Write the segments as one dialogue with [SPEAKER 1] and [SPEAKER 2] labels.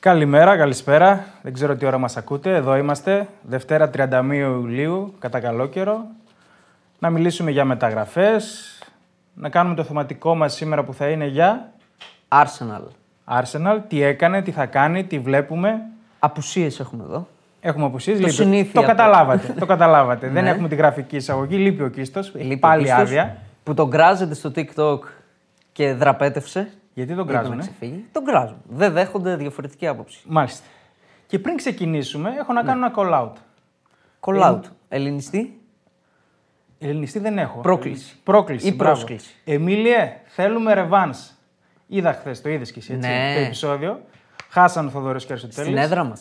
[SPEAKER 1] Καλημέρα, καλησπέρα. Δεν ξέρω τι ώρα μας ακούτε. Εδώ είμαστε, Δευτέρα 31 Ιουλίου, κατά καλό καιρό. Να μιλήσουμε για μεταγραφές, να κάνουμε το θεματικό μας σήμερα που θα είναι για
[SPEAKER 2] Arsenal.
[SPEAKER 1] Arsenal, τι έκανε, τι θα κάνει, τι βλέπουμε.
[SPEAKER 2] Απουσίες έχουμε εδώ.
[SPEAKER 1] Έχουμε απουσίες,
[SPEAKER 2] Το
[SPEAKER 1] λείπει.
[SPEAKER 2] συνήθεια
[SPEAKER 1] το
[SPEAKER 2] αυτό.
[SPEAKER 1] καταλάβατε, το καταλάβατε. Δεν
[SPEAKER 2] Ναι.
[SPEAKER 1] έχουμε τη γραφική εισαγωγή, λείπει ο Κίστος,
[SPEAKER 2] Λείπει ο
[SPEAKER 1] πάλι
[SPEAKER 2] Χρήστος,
[SPEAKER 1] άδεια.
[SPEAKER 2] Που τον κράζεται στο TikTok και δραπέτευσε.
[SPEAKER 1] Γιατί τον
[SPEAKER 2] Είπε να
[SPEAKER 1] κράζουνε.
[SPEAKER 2] ξεφύγει. Τον κράζουν. Δεν δέχονται διαφορετική άποψη.
[SPEAKER 1] Μάλιστα. Και πριν ξεκινήσουμε, έχω
[SPEAKER 2] Ναι.
[SPEAKER 1] να κάνω ένα call-out.
[SPEAKER 2] Call out. Ελληνιστή.
[SPEAKER 1] Ελληνιστή δεν έχω.
[SPEAKER 2] Πρόκληση.
[SPEAKER 1] Πρόκληση.
[SPEAKER 2] Ή
[SPEAKER 1] μπράβο.
[SPEAKER 2] πρόσκληση.
[SPEAKER 1] Εμίλιε, θέλουμε ρεβάν. Είδα χθες, το είδες κι εσύ έτσι,
[SPEAKER 2] Ναι.
[SPEAKER 1] το επεισόδιο. Χάσαν ο Θοδωρής και ο
[SPEAKER 2] Στην
[SPEAKER 1] Αριστοτέλη.
[SPEAKER 2] έδρα μας.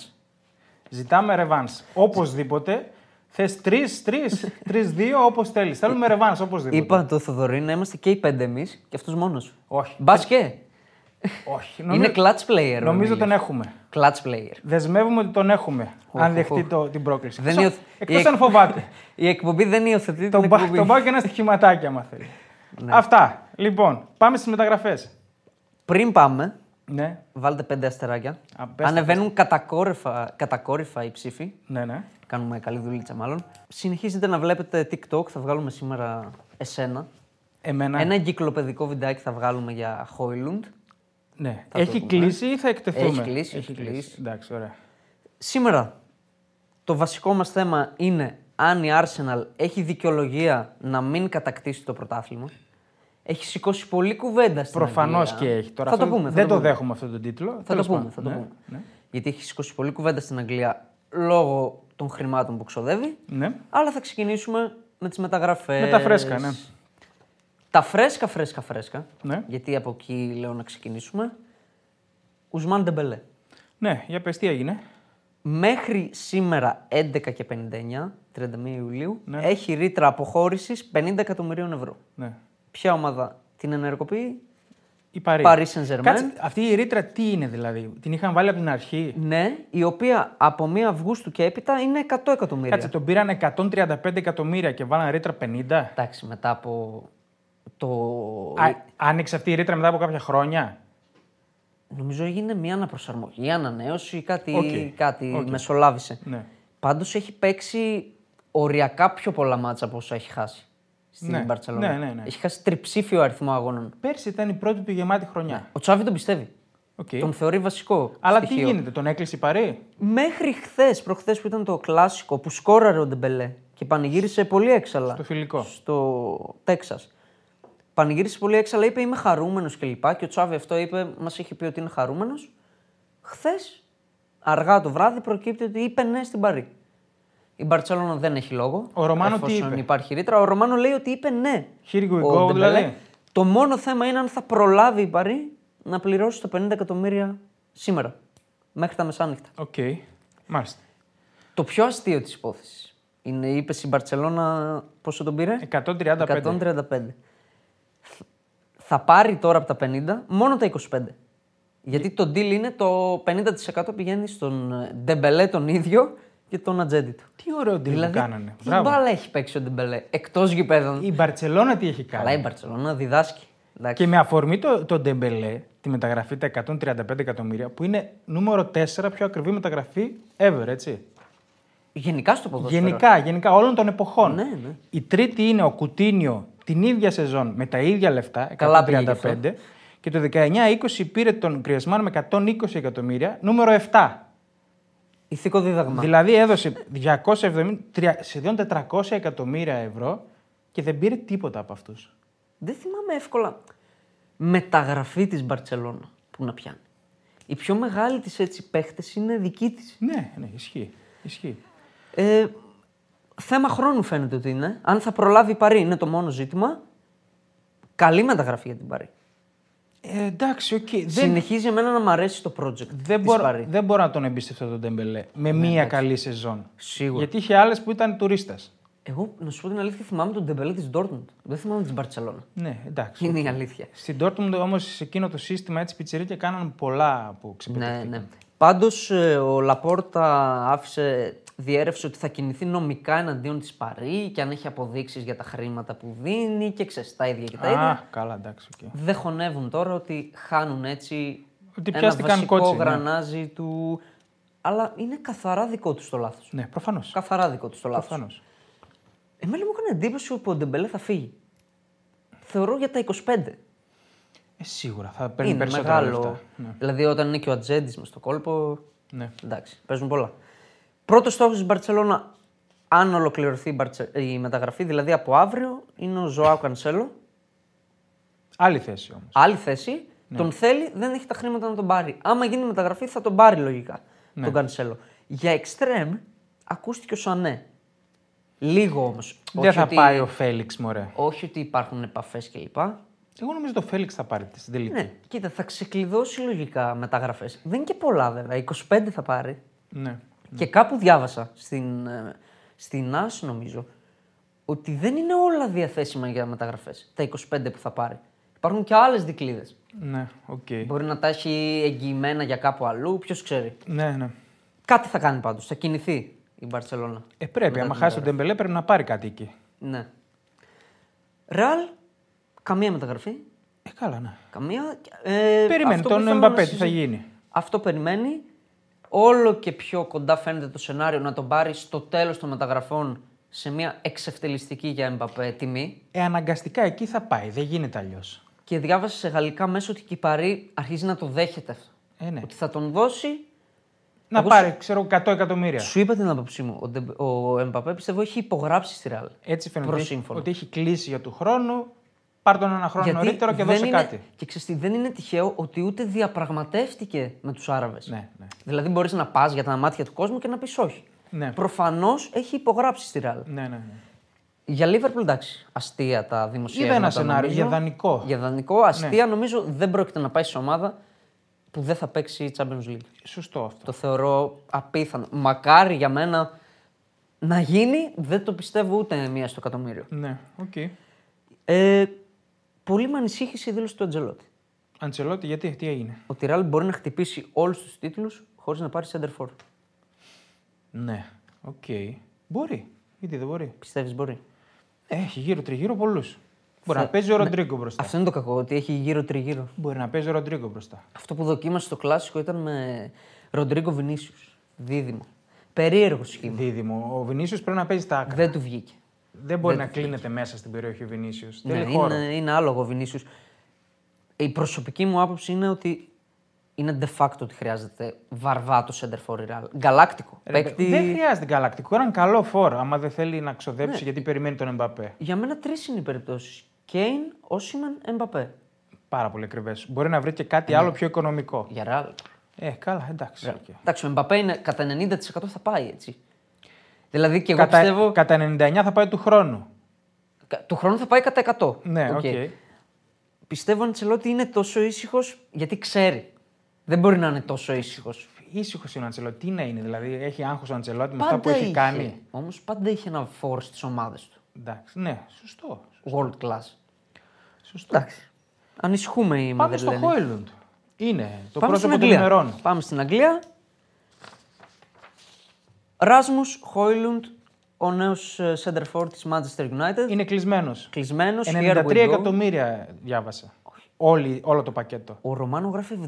[SPEAKER 1] Ζητάμε ρεβάν. Οπωσδήποτε. Θες τρεις, τρεις, τρεις, δύο, όπως θέλεις. θέλουμε ρεβάν, οπωσδήποτε.
[SPEAKER 2] Είπα το Θοδωρή να είμαστε και οι πέντε εμείς και αυτό μόνος.
[SPEAKER 1] Όχι.
[SPEAKER 2] Μπας και.
[SPEAKER 1] Όχι.
[SPEAKER 2] Είναι clutch player. ο
[SPEAKER 1] νομίζω
[SPEAKER 2] Εμίλιος.
[SPEAKER 1] τον έχουμε.
[SPEAKER 2] Clutch player.
[SPEAKER 1] Δεσμεύουμε ότι τον έχουμε. αν
[SPEAKER 2] οχ,
[SPEAKER 1] δεχτεί
[SPEAKER 2] οχ.
[SPEAKER 1] το- την πρόκληση.
[SPEAKER 2] Δεν
[SPEAKER 1] Εκτός-
[SPEAKER 2] υιοθ-
[SPEAKER 1] εκτός
[SPEAKER 2] η εκ-
[SPEAKER 1] αν φοβάται.
[SPEAKER 2] Η εκπομπή δεν Ναι. υιοθετεί την
[SPEAKER 1] τον, πα-
[SPEAKER 2] εκπομπή.
[SPEAKER 1] τον πάω και ένα στοιχηματάκι, άμα θέλει. Αυτά. Λοιπόν, πάμε στις μεταγραφές.
[SPEAKER 2] Πριν πάμε,
[SPEAKER 1] Ναι,
[SPEAKER 2] βάλτε πέντε αστεράκια.
[SPEAKER 1] Α, πες τα,
[SPEAKER 2] Ανεβαίνουν κατακόρυφα, κατακόρυφα οι ψήφοι.
[SPEAKER 1] ναι, ναι.
[SPEAKER 2] Κάνουμε καλή δουλίτσα μάλλον. Συνεχίζετε να βλέπετε TikTok, θα βγάλουμε σήμερα εσένα.
[SPEAKER 1] Εμένα.
[SPEAKER 2] Ένα εγκυκλοπαιδικό βιντεάκι θα βγάλουμε για Χόιλουντ.
[SPEAKER 1] Ναι.
[SPEAKER 2] Θα το
[SPEAKER 1] Έχει
[SPEAKER 2] δούμε.
[SPEAKER 1] κλείσει ή θα εκτεθούμε.
[SPEAKER 2] Έχει κλείσει, έχει κλείσει.
[SPEAKER 1] Εντάξει, ωραία.
[SPEAKER 2] Σήμερα το βασικό μας θέμα είναι αν η Arsenal έχει δικαιολογία να μην κατακτήσει το πρωτάθλημα. Έχει σηκώσει πολλή κουβέντα στην
[SPEAKER 1] Προφανώς
[SPEAKER 2] Αγγλία.
[SPEAKER 1] και έχει. Τώρα
[SPEAKER 2] θα
[SPEAKER 1] αυτό
[SPEAKER 2] το πούμε. θα
[SPEAKER 1] δεν το,
[SPEAKER 2] πούμε.
[SPEAKER 1] δέχομαι αυτόν τον τίτλο.
[SPEAKER 2] Θα το
[SPEAKER 1] Τέλος
[SPEAKER 2] πούμε.
[SPEAKER 1] πάντων.
[SPEAKER 2] Θα το
[SPEAKER 1] ναι.
[SPEAKER 2] πούμε.
[SPEAKER 1] Ναι.
[SPEAKER 2] Γιατί έχει σηκώσει πολλή κουβέντα στην Αγγλία λόγω των χρημάτων που ξοδεύει.
[SPEAKER 1] ναι.
[SPEAKER 2] Αλλά θα ξεκινήσουμε με τις μεταγραφές.
[SPEAKER 1] Με τα φρέσκα, ναι.
[SPEAKER 2] Τα φρέσκα, φρέσκα, φρέσκα.
[SPEAKER 1] Ναι.
[SPEAKER 2] Γιατί από εκεί λέω να ξεκινήσουμε. Ουσμάν Ντεμπελέ.
[SPEAKER 1] Ναι, για πες τι έγινε.
[SPEAKER 2] Μέχρι σήμερα 11 και 59, 31 Ιουλίου, έχει ρήτρα αποχώρησης 50 εκατομμυρίων ευρώ.
[SPEAKER 1] Ναι.
[SPEAKER 2] Ποια ομάδα την ενεργοποιεί,
[SPEAKER 1] Η Παρή.
[SPEAKER 2] Paris Saint-Germain.
[SPEAKER 1] Κάτσε, αυτή η ρήτρα τι είναι δηλαδή, την είχαν βάλει από την αρχή.
[SPEAKER 2] ναι, η οποία από 1 Αυγούστου και έπειτα είναι 100 εκατομμύρια.
[SPEAKER 1] Κάτσε, τον πήραν 135 εκατομμύρια και βάλαν ρήτρα 50.
[SPEAKER 2] Εντάξει, μετά από το.
[SPEAKER 1] Α, άνοιξε αυτή η ρήτρα μετά από κάποια χρόνια.
[SPEAKER 2] Νομίζω έγινε μια αναπροσαρμογή, ανανέωση, κάτι,
[SPEAKER 1] Οκ.
[SPEAKER 2] κάτι
[SPEAKER 1] Οκ.
[SPEAKER 2] μεσολάβησε.
[SPEAKER 1] Ναι.
[SPEAKER 2] Πάντως έχει παίξει οριακά πιο πολλά μάτσα από όσα έχει χάσει στην
[SPEAKER 1] Ναι.
[SPEAKER 2] Μπαρσελόνα.
[SPEAKER 1] Ναι, ναι, ναι.
[SPEAKER 2] Έχει χάσει τριψήφιο αριθμό αγώνων.
[SPEAKER 1] Πέρσι ήταν η πρώτη του γεμάτη χρονιά.
[SPEAKER 2] Ο Τσάβη τον πιστεύει.
[SPEAKER 1] Οκ.
[SPEAKER 2] Τον θεωρεί βασικό.
[SPEAKER 1] Ε. Αλλά τι
[SPEAKER 2] Ναι. στοιχείο.
[SPEAKER 1] γίνεται, τον έκλεισε η Παρή.
[SPEAKER 2] Μέχρι χθες, προχθές που ήταν το κλασικό που σκόραρε ο Ντεμπελέ και πανηγύρισε πολύ έξαλα.
[SPEAKER 1] Στο φιλικό.
[SPEAKER 2] Στο Τέξας. Πανηγύρισε πολύ έξαλα, είπε Είμαι χαρούμενος κλπ. Και, ο Τσάβη αυτό είπε, μας έχει πει ότι είναι χαρούμενος. Χθες, αργά το βράδυ, προκύπτει ότι είπε ναι στην Παρή. Η Μπαρσελόνα δεν έχει λόγο.
[SPEAKER 1] Ο Ρωμάνο τι
[SPEAKER 2] εφόσον
[SPEAKER 1] είπε?
[SPEAKER 2] υπάρχει ρήτρα. Ο Ρωμάνο λέει ότι είπε ναι.
[SPEAKER 1] Here we
[SPEAKER 2] Ο
[SPEAKER 1] go,
[SPEAKER 2] Ντεμπελέ.
[SPEAKER 1] δηλαδή.
[SPEAKER 2] Το μόνο θέμα είναι αν θα προλάβει η Παρή να πληρώσει τα 50 εκατομμύρια σήμερα. Μέχρι τα μεσάνυχτα.
[SPEAKER 1] Οκ. Μάλιστα.
[SPEAKER 2] Το πιο αστείο της υπόθεσης είναι, είπες η Μπαρσελόνα πόσο τον πήρε,
[SPEAKER 1] 135.
[SPEAKER 2] 135. Θα πάρει τώρα από τα 50 μόνο τα 25. Γιατί το deal είναι το 50% πηγαίνει στον ε, Ντεμπελέ τον ίδιο και τον Ατζέντη του.
[SPEAKER 1] Τι ωραίο deal
[SPEAKER 2] Δηλαδή,
[SPEAKER 1] που κάνανε.
[SPEAKER 2] τι
[SPEAKER 1] Μπράβο.
[SPEAKER 2] μπάλα έχει παίξει ο Ντεμπελέ εκτός γηπέδων.
[SPEAKER 1] Η Μπαρσελόνα τι έχει κάνει.
[SPEAKER 2] Αλλά η Μπαρσελόνα διδάσκει. Εντάξει.
[SPEAKER 1] Και με αφορμή το, το Ντεμπελέ, τη μεταγραφή τα 135 εκατομμύρια, που είναι νούμερο 4 πιο ακριβή μεταγραφή ever, έτσι.
[SPEAKER 2] Γενικά στο ποδόσφαιρο.
[SPEAKER 1] Γενικά, γενικά, όλων των εποχών.
[SPEAKER 2] Ναι, ναι.
[SPEAKER 1] Η τρίτη είναι ο Κουτίνιο την ίδια σεζόν με τα ίδια λεφτά,
[SPEAKER 2] Καλά πήγε
[SPEAKER 1] 135. Και το 19-20 πήρε τον Κριεσμάν με 120 εκατομμύρια, νούμερο 7.
[SPEAKER 2] Ηθικό δίδαγμα.
[SPEAKER 1] Δηλαδή έδωσε 270, τρια- σχεδόν 400 εκατομμύρια ευρώ και δεν πήρε τίποτα από αυτούς.
[SPEAKER 2] Δεν θυμάμαι εύκολα μεταγραφή της Μπαρτσελώνα που να πιάνει. Οι πιο μεγάλοι της έτσι παίχτες είναι δικοί της.
[SPEAKER 1] Ναι, ναι, ισχύει. ισχύει.
[SPEAKER 2] Ε, θέμα χρόνου φαίνεται ότι είναι. Αν θα προλάβει η Παρή είναι το μόνο ζήτημα. Καλή μεταγραφή για την Παρή.
[SPEAKER 1] Ε, εντάξει, οκ. Δεν,
[SPEAKER 2] Συνεχίζει εμένα να μ' αρέσει το project
[SPEAKER 1] δεν,
[SPEAKER 2] της
[SPEAKER 1] μπορώ,
[SPEAKER 2] Παρή.
[SPEAKER 1] δεν μπορώ να τον εμπιστευτώ τον Ντεμπελέ με μία καλή σεζόν.
[SPEAKER 2] Σίγουρα.
[SPEAKER 1] Γιατί είχε άλλες που ήταν τουρίστα.
[SPEAKER 2] Εγώ να σου πω την αλήθεια θυμάμαι τον Ντεμπελέ της Dortmund. Δεν θυμάμαι της Μπαρτσελώνα.
[SPEAKER 1] Ναι, εντάξει.
[SPEAKER 2] Είναι η αλήθεια.
[SPEAKER 1] Στην Dortmund όμως σε εκείνο το σύστημα έτσι πιτσιρίκια κάναν πολλά που
[SPEAKER 2] Ναι,
[SPEAKER 1] ξεπετύχθηκαν.
[SPEAKER 2] ναι. Πάντως ο Λαπόρτα άφησε, διέρευσε ότι θα κινηθεί νομικά εναντίον της Παρή και αν έχει αποδείξεις για τα χρήματα που δίνει και ξέρεις τα ίδια και τα ίδια.
[SPEAKER 1] Α, καλά, εντάξει. οκ.
[SPEAKER 2] Δεν χωνεύουν τώρα ότι χάνουν έτσι
[SPEAKER 1] ότι
[SPEAKER 2] Ένα
[SPEAKER 1] πιάστηκαν
[SPEAKER 2] βασικό
[SPEAKER 1] κότσι. ναι.
[SPEAKER 2] γρανάζι του. Αλλά είναι καθαρά δικό του το λάθος.
[SPEAKER 1] Ναι, προφανώς.
[SPEAKER 2] Καθαρά δικό του το λάθος.
[SPEAKER 1] Προφανώς.
[SPEAKER 2] Εμένα μου έκανε εντύπωση ότι ο Ντεμπελέ θα φύγει. Θεωρώ για τα 25.
[SPEAKER 1] Ε, σίγουρα θα παίρνει
[SPEAKER 2] είναι
[SPEAKER 1] περισσότερα
[SPEAKER 2] μεγάλο.
[SPEAKER 1] λεφτά.
[SPEAKER 2] Δηλαδή, όταν είναι και ο Ατζέντης μες στο κόλπο.
[SPEAKER 1] Ναι.
[SPEAKER 2] Εντάξει, παίζουν πολλά. Πρώτος στόχος της Μπαρσελόνα, αν ολοκληρωθεί η, Μπαρτσε- η μεταγραφή, δηλαδή από αύριο, είναι ο Ζωάου Κανσέλο.
[SPEAKER 1] Άλλη θέση όμως.
[SPEAKER 2] Άλλη θέση.
[SPEAKER 1] Ναι.
[SPEAKER 2] Τον θέλει, δεν έχει τα χρήματα να τον πάρει. Άμα γίνει μεταγραφή, θα τον πάρει λογικά
[SPEAKER 1] Ναι.
[SPEAKER 2] τον Κανσέλο. Για εξτρέμ, ακούστηκε ο Σανέ. Λίγο όμως.
[SPEAKER 1] Δεν θα πάει ο Φέληξ, μωρέ.
[SPEAKER 2] όχι ότι υπάρχουν επαφές κλπ.
[SPEAKER 1] Εγώ νομίζω το Φέληξ θα πάρει στην τελική.
[SPEAKER 2] Ναι, κοίτα, θα ξεκλειδώσει λογικά μεταγραφές. Δεν είναι και πολλά βέβαια. 25 θα πάρει.
[SPEAKER 1] Ναι.
[SPEAKER 2] Και κάπου διάβασα στην, ε, στην ΑΣ, νομίζω, ότι δεν είναι όλα διαθέσιμα για μεταγραφές. Τα 25 που θα πάρει. Υπάρχουν και άλλες δικλείδε.
[SPEAKER 1] Ναι, οκ.
[SPEAKER 2] Μπορεί να τα έχει εγγυημένα για κάπου αλλού, ποιος ξέρει.
[SPEAKER 1] Ναι, ναι.
[SPEAKER 2] Κάτι θα κάνει πάντως. Θα κινηθεί η Μπαρσελόνα.
[SPEAKER 1] Ε, πρέπει. Άμα χάσει τον Ντεμπελέ, πρέπει να πάρει κάτι εκεί.
[SPEAKER 2] Ναι. Ρεάλ, καμία μεταγραφή.
[SPEAKER 1] Ε, καλά, ναι.
[SPEAKER 2] Καμία. Ε,
[SPEAKER 1] Περίμενε
[SPEAKER 2] αυτό
[SPEAKER 1] τον
[SPEAKER 2] που θέλω
[SPEAKER 1] Mbappé,
[SPEAKER 2] να
[SPEAKER 1] τι θα
[SPEAKER 2] συζη-
[SPEAKER 1] γίνει.
[SPEAKER 2] Αυτό περιμένει. Όλο και πιο κοντά φαίνεται το σενάριο να τον πάρει στο τέλος των μεταγραφών σε μια εξευτελιστική για Mbappé τιμή.
[SPEAKER 1] Ε, αναγκαστικά εκεί θα πάει. Δεν γίνεται αλλιώς.
[SPEAKER 2] Και διάβασα σε γαλλικά μέσα ότι η Κυπαρή αρχίζει να το δέχεται αυτό.
[SPEAKER 1] Ε, ναι.
[SPEAKER 2] Ότι θα τον δώσει.
[SPEAKER 1] Να
[SPEAKER 2] Εγώ
[SPEAKER 1] πάρει, ξέρω, 100 εκατομμύρια.
[SPEAKER 2] Σου είπα την άποψή μου. Ο, Ντε- ο Mbappé πιστεύω έχει υπογράψει στη Ρεάλ.
[SPEAKER 1] Έτσι φαίνεται
[SPEAKER 2] Προς
[SPEAKER 1] ότι-
[SPEAKER 2] σύμφωνο.
[SPEAKER 1] ότι έχει κλείσει για του χρόνου. Πάρ τον ένα χρόνο νωρίτερο και
[SPEAKER 2] δεν
[SPEAKER 1] δώσε
[SPEAKER 2] είναι...
[SPEAKER 1] κάτι.
[SPEAKER 2] Και ξέρεις τι, δεν είναι τυχαίο ότι ούτε διαπραγματεύτηκε με τους Άραβες.
[SPEAKER 1] Ναι, ναι.
[SPEAKER 2] Δηλαδή μπορείς να πας για τα μάτια του κόσμου και να πεις όχι.
[SPEAKER 1] Ναι.
[SPEAKER 2] Προφανώς έχει υπογράψει στη Ρεάλ.
[SPEAKER 1] Ναι, ναι, ναι.
[SPEAKER 2] Για Λίβερπουλ, εντάξει, αστεία τα δημοσιεύματα.
[SPEAKER 1] Είδα ένα σενάριο, Ναι.
[SPEAKER 2] νομίζω.
[SPEAKER 1] για δανεικό.
[SPEAKER 2] Για δανεικό, αστεία νομίζω δεν πρόκειται να πάει σε ομάδα που δεν θα παίξει η Champions League.
[SPEAKER 1] Σωστό αυτό.
[SPEAKER 2] Το θεωρώ απίθανο. Μακάρι για μένα να γίνει, δεν το πιστεύω ούτε μία στο εκατομμύριο.
[SPEAKER 1] Ναι, οκ.
[SPEAKER 2] Ε, πολύ με ανησύχησε η δήλωση του Αντζελότη.
[SPEAKER 1] Αντσελότη, γιατί, τι έγινε.
[SPEAKER 2] Ότι η Ραλ μπορεί να χτυπήσει όλους τους τίτλους χωρίς να πάρει center for.
[SPEAKER 1] Ναι, οκ. Μπορεί. Γιατί δεν μπορεί. Ε,
[SPEAKER 2] Πιστεύεις μπορεί.
[SPEAKER 1] Έχει γύρω τριγύρω πολλούς. Μπορεί
[SPEAKER 2] Θα-
[SPEAKER 1] να παίζει ο Ροντρίγκο μπροστά.
[SPEAKER 2] Αυτό είναι το κακό, ότι έχει γύρω-τριγύρω.
[SPEAKER 1] Μπορεί να παίζει ο Ροντρίγκο μπροστά.
[SPEAKER 2] Αυτό που δοκίμασε στο κλασικό ήταν με Ροντρίγκο Βινίσιους. Δίδυμο. Περίεργο σχήμα.
[SPEAKER 1] Δίδυμο. Ο Βινίσιο πρέπει να παίζει στα άκρα.
[SPEAKER 2] Δεν του βγήκε.
[SPEAKER 1] Δεν μπορεί να κλείνεται μέσα στην περιοχή ο Βινίσιος.
[SPEAKER 2] Ναι,
[SPEAKER 1] Θέλει χώρο.
[SPEAKER 2] είναι, είναι άλογο ο Βινίσιους. Η προσωπική μου άποψη είναι ότι είναι de facto ότι χρειάζεται βαρβάτο center for η Real. Γκαλάκτικο. Παίκτη...
[SPEAKER 1] Δεν χρειάζεται γαλακτικό. Έναν καλό φόρο. Άμα δεν θέλει να ξοδέψει
[SPEAKER 2] Ναι.
[SPEAKER 1] γιατί περιμένει τον Εμπαπέ.
[SPEAKER 2] Για μένα τρεις είναι οι περιπτώσεις. Κέιν, Όσιμαν, Εμπαπέ.
[SPEAKER 1] Πάρα πολύ ακριβές. Μπορεί να βρει και
[SPEAKER 2] Ναι.
[SPEAKER 1] κάτι άλλο πιο οικονομικό.
[SPEAKER 2] Για Real.
[SPEAKER 1] Ε, καλά, εντάξει.
[SPEAKER 2] Ναι.
[SPEAKER 1] οκ.
[SPEAKER 2] Εντάξει, ο Εμπαπέ είναι κατά 90% θα πάει έτσι. Δηλαδή και εγώ
[SPEAKER 1] Κατά,
[SPEAKER 2] πιστεύω.
[SPEAKER 1] κατά 99 θα πάει του χρόνου.
[SPEAKER 2] κα- Του χρόνου θα πάει κατά 100.
[SPEAKER 1] Ναι, οκ.
[SPEAKER 2] Οκ. Πιστεύω ο ότι είναι τόσο ήσυχος γιατί ξέρει. Δεν μπορεί να είναι τόσο ήσυχος.
[SPEAKER 1] Ήσυχος είναι ο Αντσελότη. Τι να είναι, δηλαδή έχει άγχος ο Αντσελότη με αυτά που έχει κάνει.
[SPEAKER 2] Όμως πάντα είχε ένα φόρο στις ομάδες του.
[SPEAKER 1] Εντάξει, ναι, σωστό.
[SPEAKER 2] World class.
[SPEAKER 1] σωστό.
[SPEAKER 2] Εντάξει. Ανησυχούμε οι
[SPEAKER 1] Πάμε στο
[SPEAKER 2] Μαδελένοι.
[SPEAKER 1] Χόιλουντ. Είναι το
[SPEAKER 2] Πάμε στην
[SPEAKER 1] πρόσωπο των ημερών.
[SPEAKER 2] Αγγλία. Πάμε στην Αγγλία. Ράσμου Χόιλουντ, ο νέος center forward της Manchester United.
[SPEAKER 1] Είναι κλεισμένος.
[SPEAKER 2] Κλεισμένος
[SPEAKER 1] 93 εκατομμύρια διάβασα. Όλη, όλο το πακέτο.
[SPEAKER 2] Ο Ρωμάνο γράφει 70.